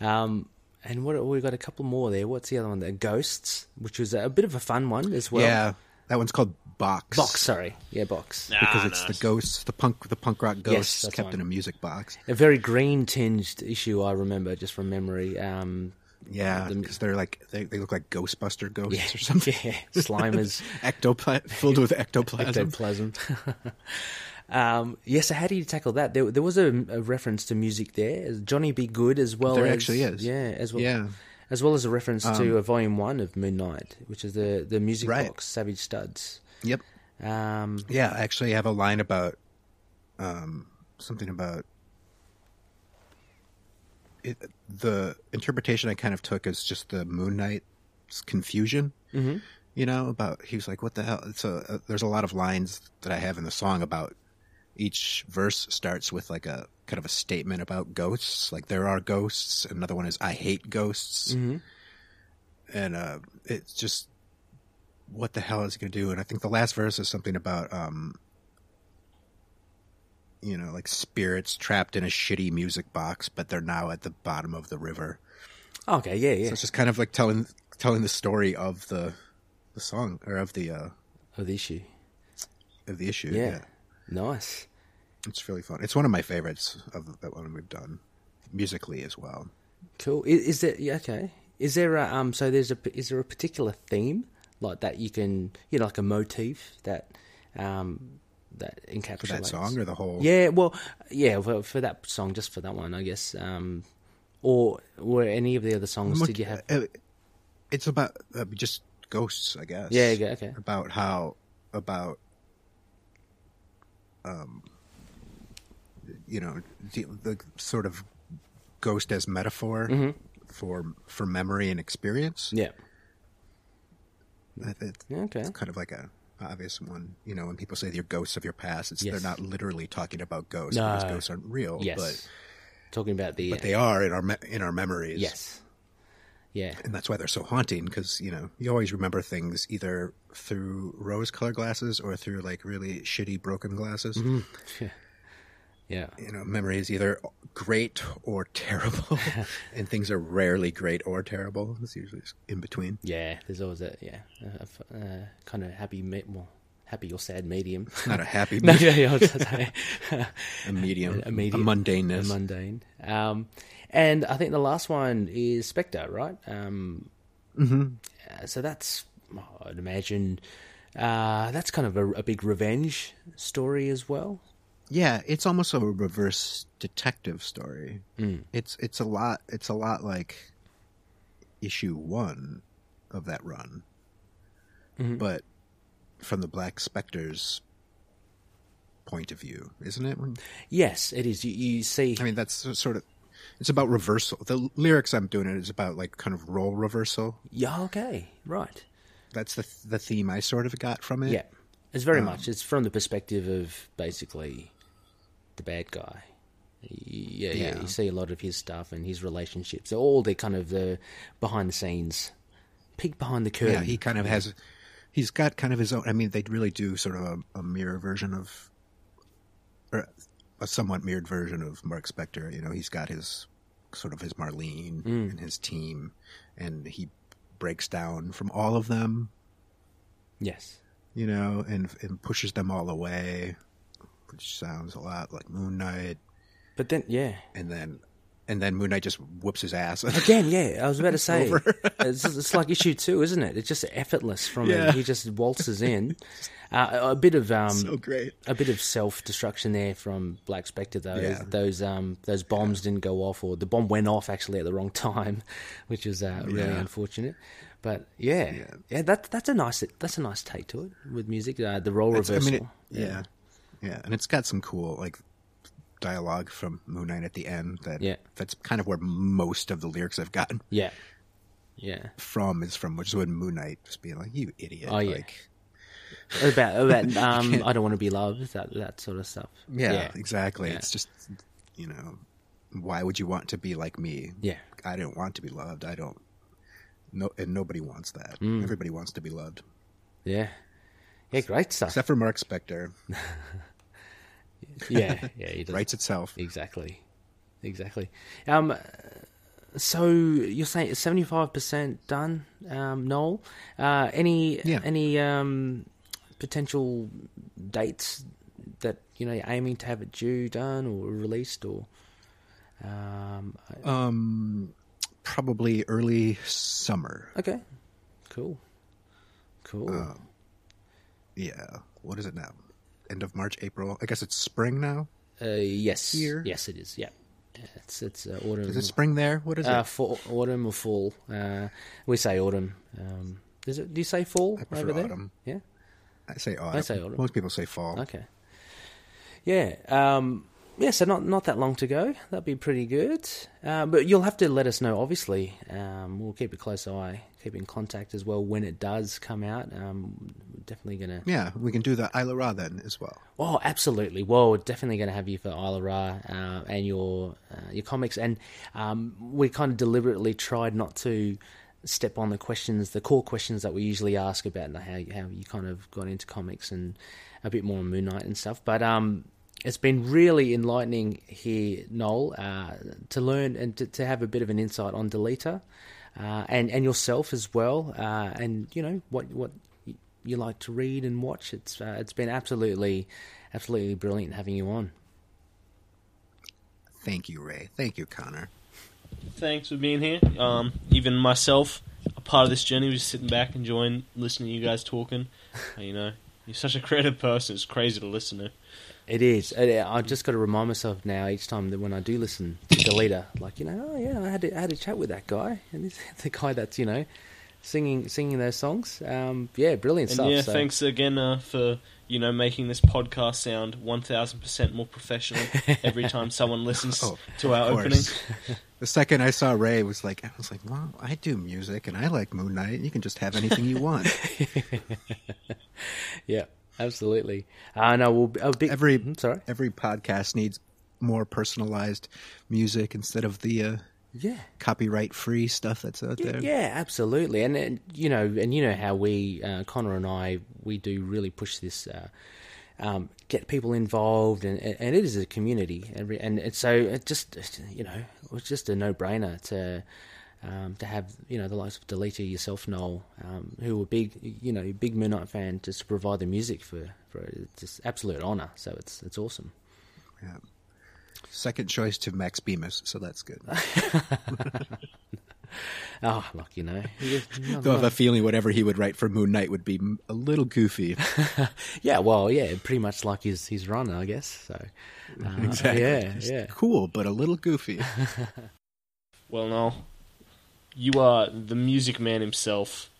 Speaker 1: Um, and what we got a couple more there. What's the other one? The ghosts, which was a bit of a fun one as well.
Speaker 3: yeah. That one's called Box.
Speaker 1: box. Sorry, yeah, box.
Speaker 2: Nah,
Speaker 3: Because
Speaker 2: nah,
Speaker 3: it's the ghosts, the punk, the punk rock ghosts
Speaker 1: that's
Speaker 3: kept
Speaker 1: one.
Speaker 3: in a music box.
Speaker 1: A very green tinged issue. I remember just from memory. Um,
Speaker 3: Yeah, because they're like they, they look like Ghostbuster ghosts or something.
Speaker 1: yeah, Slimers.
Speaker 3: ectoplasm filled with ectoplasm.
Speaker 1: ectoplasm. um, yeah, so how do you tackle that? There, there was a, a reference to music there. Johnny Be Good as well.
Speaker 3: There
Speaker 1: as,
Speaker 3: actually is.
Speaker 1: Yeah, as well.
Speaker 3: Yeah. Um,
Speaker 1: as well as a reference to a volume one of Moon Knight, which is the the music
Speaker 3: Right.
Speaker 1: box Savage Studs.
Speaker 3: Yep.
Speaker 1: Um,
Speaker 3: Yeah, I actually have a line about um, something about it, the interpretation I kind of took is just the Moon Knight's confusion. Mm-hmm. You know, about he was like, "What the hell?" So uh, there's a lot of lines that I have in the song about each verse starts with like a kind of a statement about ghosts, like there are ghosts. Another one is I hate ghosts, and uh, it's just what the hell is it going to do? And I think the last verse is something about, um, you know, like spirits trapped in a shitty music box, but they're now at the bottom of the river.
Speaker 1: Oh, okay, yeah, yeah.
Speaker 3: So it's just kind of like telling telling the story of the the song or of the uh,
Speaker 1: of Oh, the issue.
Speaker 3: of the issue.
Speaker 1: Yeah. Nice.
Speaker 3: it's really fun. It's one of my favorites of that one we've done musically as well.
Speaker 1: Cool. Is, is there yeah, okay? Is there a um? So there's a is there a particular theme like that you can you know like a motif that um that encapsulates
Speaker 3: For that song or the whole
Speaker 1: Yeah, well, yeah, for, for that song, just for that one, I guess. Um, or were any of the other songs?
Speaker 3: Much-
Speaker 1: did you have?
Speaker 3: uh, it's about uh, just ghosts, I guess.
Speaker 1: Yeah, yeah, okay.
Speaker 3: About how about um, you know, the, the sort of ghost as metaphor
Speaker 1: Mm-hmm.
Speaker 3: for for memory and experience.
Speaker 1: Yeah.
Speaker 3: I think
Speaker 1: Yeah, Okay.
Speaker 3: It's kind of like a obvious one. You know, when people say they're ghosts of your past, it's
Speaker 1: Yes.
Speaker 3: they're not literally talking about ghosts
Speaker 1: No.
Speaker 3: because ghosts aren't real.
Speaker 1: Yes.
Speaker 3: But,
Speaker 1: Talking about the. uh,
Speaker 3: but they are in our me- in our memories.
Speaker 1: yes. Yeah.
Speaker 3: and that's why they're so haunting because you know you always remember things either through rose-colored glasses or through like really shitty broken glasses.
Speaker 1: Yeah.
Speaker 3: You know, memory is either great or terrible, and things are rarely great or terrible. It's usually just in between.
Speaker 1: Yeah. There's always a yeah, a, f- uh, kind of happy, me- well, happy or sad medium.
Speaker 3: It's not a happy,
Speaker 1: no,
Speaker 3: me-
Speaker 1: yeah, yeah. I was gonna say.
Speaker 3: a medium,
Speaker 1: A medium.
Speaker 3: a mundaneness.
Speaker 1: The mundane. Um, and I think the last one is Spectre, right? Um,
Speaker 3: Mm-hmm.
Speaker 1: uh, so that's, I'd imagine, uh, that's kind of a, a big revenge story as well.
Speaker 3: yeah, it's almost a reverse detective story. It's it's a lot. It's a lot like issue one of that run, but from the Black Spectre's point of view, isn't it? When-
Speaker 1: Yes, it is. You, you see,
Speaker 3: I mean, that's s- sort of. It's about reversal. The lyrics I'm doing it is about like kind of role reversal.
Speaker 1: yeah, okay, right.
Speaker 3: That's the the theme I sort of got from it.
Speaker 1: Yeah, it's
Speaker 3: Um,
Speaker 1: very much. It's from the perspective of basically the bad guy. Y- Yeah, yeah,
Speaker 3: Yeah.
Speaker 1: You see a lot of his stuff and his relationships. All the kind of the behind the scenes, peek behind the curtain.
Speaker 3: Yeah, he kind of has. He's got kind of his own. I mean, they really do sort of a, a mirror version of, or a somewhat mirrored version of Mark Spector. You know, he's got his sort of his Marlene and his team, and he breaks down from all of them.
Speaker 1: yes.
Speaker 3: You know, and and pushes them all away, which sounds a lot like Moon Knight.
Speaker 1: But then, yeah,
Speaker 3: And then, and then Moon Knight just whoops his ass.
Speaker 1: Again, yeah, I was about to say it's, it's like issue two, isn't it? It's just effortless from
Speaker 3: Yeah.
Speaker 1: him. He just waltzes in. Uh, a bit of um,
Speaker 3: so great.
Speaker 1: a bit of self destruction there from Black Spectre. Though
Speaker 3: Yeah.
Speaker 1: those um, those bombs didn't go off, or the bomb went off actually at the wrong time, which is uh, really
Speaker 3: Yeah.
Speaker 1: unfortunate. But yeah, yeah, that, that's a nice that's a nice take to it with music. Uh, the role
Speaker 3: It's-
Speaker 1: reversal.
Speaker 3: I mean, it, yeah. yeah, and it's got some cool like dialogue from Moon Knight at the end. That
Speaker 1: Yeah.
Speaker 3: that's kind of where most of the lyrics I've gotten
Speaker 1: yeah, yeah.
Speaker 3: from is from, which is when Moon Knight was being like, "You idiot!"
Speaker 1: Oh, yeah.
Speaker 3: Like,
Speaker 1: About about um, I don't want to be loved. That that sort of stuff.
Speaker 3: yeah, exactly. It's just you know, why would you want to be like me?
Speaker 1: Yeah.
Speaker 3: I don't want to be loved. I don't. No, and nobody wants that.
Speaker 1: Mm.
Speaker 3: Everybody wants to be loved,
Speaker 1: Yeah. Yeah, great stuff.
Speaker 3: except for Mark Spector.
Speaker 1: yeah, yeah, he does.
Speaker 3: Writes itself.
Speaker 1: Exactly. Exactly. Um so you're saying it's 75% done, um Noel. Uh any
Speaker 3: Yeah.
Speaker 1: any um potential dates that you know you're aiming to have it due done or released or um
Speaker 3: Um, probably early summer.
Speaker 1: okay. Cool. Cool.
Speaker 3: Oh, yeah what is it now end of march april i guess it's spring now
Speaker 1: Uh, yes.
Speaker 3: Here.
Speaker 1: Yes, it is. Yeah. It's it's uh, autumn.
Speaker 3: Is it spring there? What is
Speaker 1: uh,
Speaker 3: it?
Speaker 1: fa- autumn or fall? Uh, we say autumn. Um, is it? Do you say fall
Speaker 3: I prefer
Speaker 1: over there?
Speaker 3: autumn.
Speaker 1: Yeah.
Speaker 3: I say autumn.
Speaker 1: say autumn.
Speaker 3: Most people say fall.
Speaker 1: Okay. Yeah. Um, yeah. So not not that long to go. That'd be pretty good. Uh, but you'll have to let us know. Obviously, um, we'll keep a close eye, keep in contact as well when it does come out. Um, we're definitely gonna.
Speaker 3: Yeah, we can do the Isla Ra then as well.
Speaker 1: Oh, absolutely. Well, we're definitely going to have you for Isla Ra uh, and your uh, your comics. And um, we kind of deliberately tried not to step on the questions, the core questions that we usually ask about and how you, how you kind of got into comics and a bit more on Moon Knight and stuff. But um, it's been really enlightening here, Noel, uh, to learn and to, to have a bit of an insight on Deleta uh, and and yourself as well. Uh, and you know what what y- you like to read and watch. It's uh, it's been absolutely absolutely brilliant having you on.
Speaker 3: Thank you, Ray. Thank you, Connor.
Speaker 2: Thanks for being here. Um, even myself, a part of this journey, was sitting back, enjoying listening to you guys talking. Uh, you know, you're such a creative person. It's crazy to listen to.
Speaker 1: It is. It, uh, I've just got to remind myself now each time that when I do listen to the leader, like you know, oh yeah, I had a, I had a chat with that guy, and this, the guy that's you know singing singing those songs. Um, yeah, brilliant
Speaker 2: And
Speaker 1: stuff.
Speaker 2: yeah,
Speaker 1: so-
Speaker 2: thanks again uh, for you know making this podcast sound one thousand percent more professional every time someone listens
Speaker 3: Oh,
Speaker 2: to our
Speaker 3: of
Speaker 2: opening.
Speaker 3: course. The second I saw Ray was like, I was like, wow, I do music and I like Moon Knight. You can just have anything you want.
Speaker 1: Mm-hmm, Yeah, absolutely. Uh, no, we'll be, a bit,
Speaker 3: Every
Speaker 1: Mhm, sorry.
Speaker 3: every podcast needs more personalized music instead of the uh,
Speaker 1: Yeah.
Speaker 3: copyright free stuff that's out
Speaker 1: Yeah,
Speaker 3: there.
Speaker 1: yeah, absolutely, and, and you know, and you know how we uh, Connor and I we do really push this, uh, um, get people involved, and and it is a community, and re- and it's so it just you know it was just a no brainer to. Um, to have you know the likes of Delita yourself, Noel, um, who were big you know big Moon Knight fan, just to provide the music for for it's just absolute honor. So it's it's awesome.
Speaker 3: Yeah. Second choice to Max Bemis, so that's good.
Speaker 1: Oh, look, you know, you just-
Speaker 3: Though I have a feeling whatever he would write for Moon Knight would be m- a little goofy.
Speaker 1: yeah, well, yeah, pretty much like his his run, I guess. So uh, yeah,
Speaker 3: Just
Speaker 1: yeah.
Speaker 3: Cool, but a little goofy.
Speaker 2: Well, no, you are the music man himself.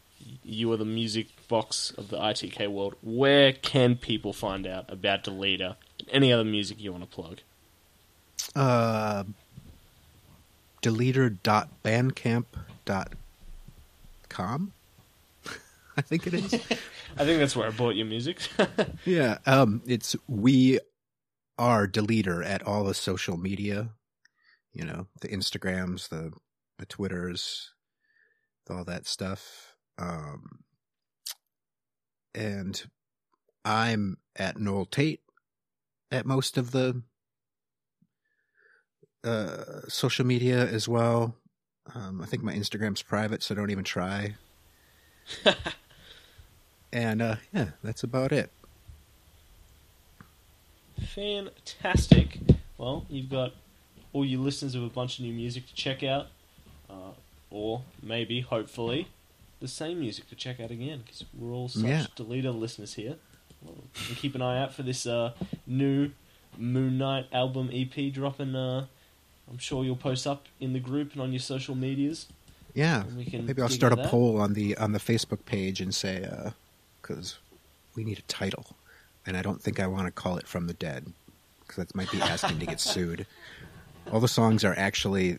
Speaker 2: You are the music box of the ITK world. Where can people find out about Deleta and any other music you want to plug?
Speaker 3: Uh, deleter.bandcamp.com, I think it is.
Speaker 2: I think that's where I bought your music.
Speaker 3: yeah, um, it's we are deleter at all the social media. You know, the Instagrams, the the Twitters, all that stuff. Um, and I'm at Noel Tate at most of the uh, social media as well. Um, I think my Instagram's private, so don't even try. and uh, yeah, that's about it.
Speaker 2: Fantastic. Well, you've got all your listeners with a bunch of new music to check out, uh, or maybe, hopefully, the same music to check out again because we're all such
Speaker 3: Yeah.
Speaker 2: Deleter listeners here. Well, and keep an eye out for this uh, new Moon Knight album EP dropping. Uh, I'm sure you'll post up in the group and on your social medias.
Speaker 3: Yeah,
Speaker 2: And we can
Speaker 3: maybe I'll
Speaker 2: dig
Speaker 3: start a
Speaker 2: into that.
Speaker 3: poll on the on the Facebook page and say because we need a title, and I don't think I want to call it "From the Dead" because that might be asking to get sued. All the songs are actually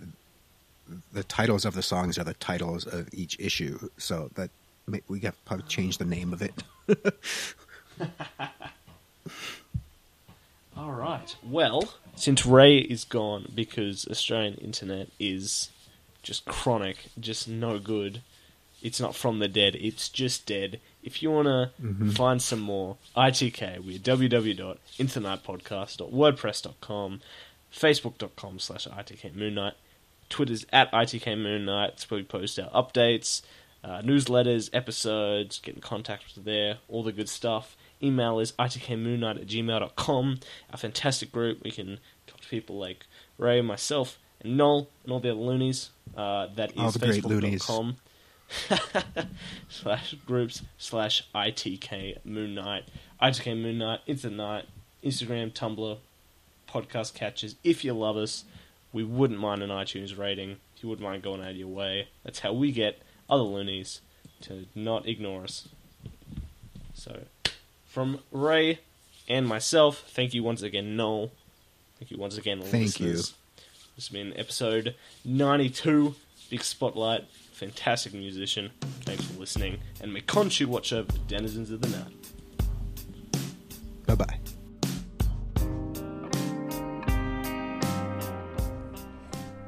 Speaker 3: the titles of the songs are the titles of each issue, so that may- we have probably change the name of it.
Speaker 2: All right. Well, since Ray is gone because Australian internet is just chronic, just no good. It's not from the dead. It's just dead. If you want to find some more ITK, we're www.internetpodcast.wordpress.com, facebook.com slash ITK Moon Knight, Twitter's at ITK Moon Knight. It's where we post our updates, uh, newsletters, episodes, get in contact with there, all the good stuff. Email is itkmoonnight at gmail.com. Our fantastic group. We can talk to people like Ray, myself, and Noel, and all the other loonies. Uh, that is
Speaker 3: All the great loonies.
Speaker 2: facebook.com slash groups slash ITK Moon Knight. ITK Moon Knight, it's the night. Instagram, Tumblr, podcast catches. If you love us, we wouldn't mind an iTunes rating. If you wouldn't mind going out of your way, that's how we get other loonies to not ignore us. So, from Ray and myself, thank you once again, Noel. Thank you once again,
Speaker 3: Thank
Speaker 2: listeners. This has been episode 92, Big Spotlight. Fantastic musician. Thanks for listening. And may Conchu watch over the denizens of the night.
Speaker 3: Bye bye.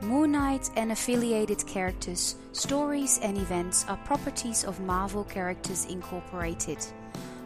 Speaker 4: Moon Knight and affiliated characters, stories, and events are properties of Marvel Characters Incorporated.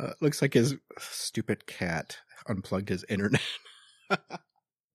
Speaker 3: Uh, looks like his stupid cat unplugged his internet.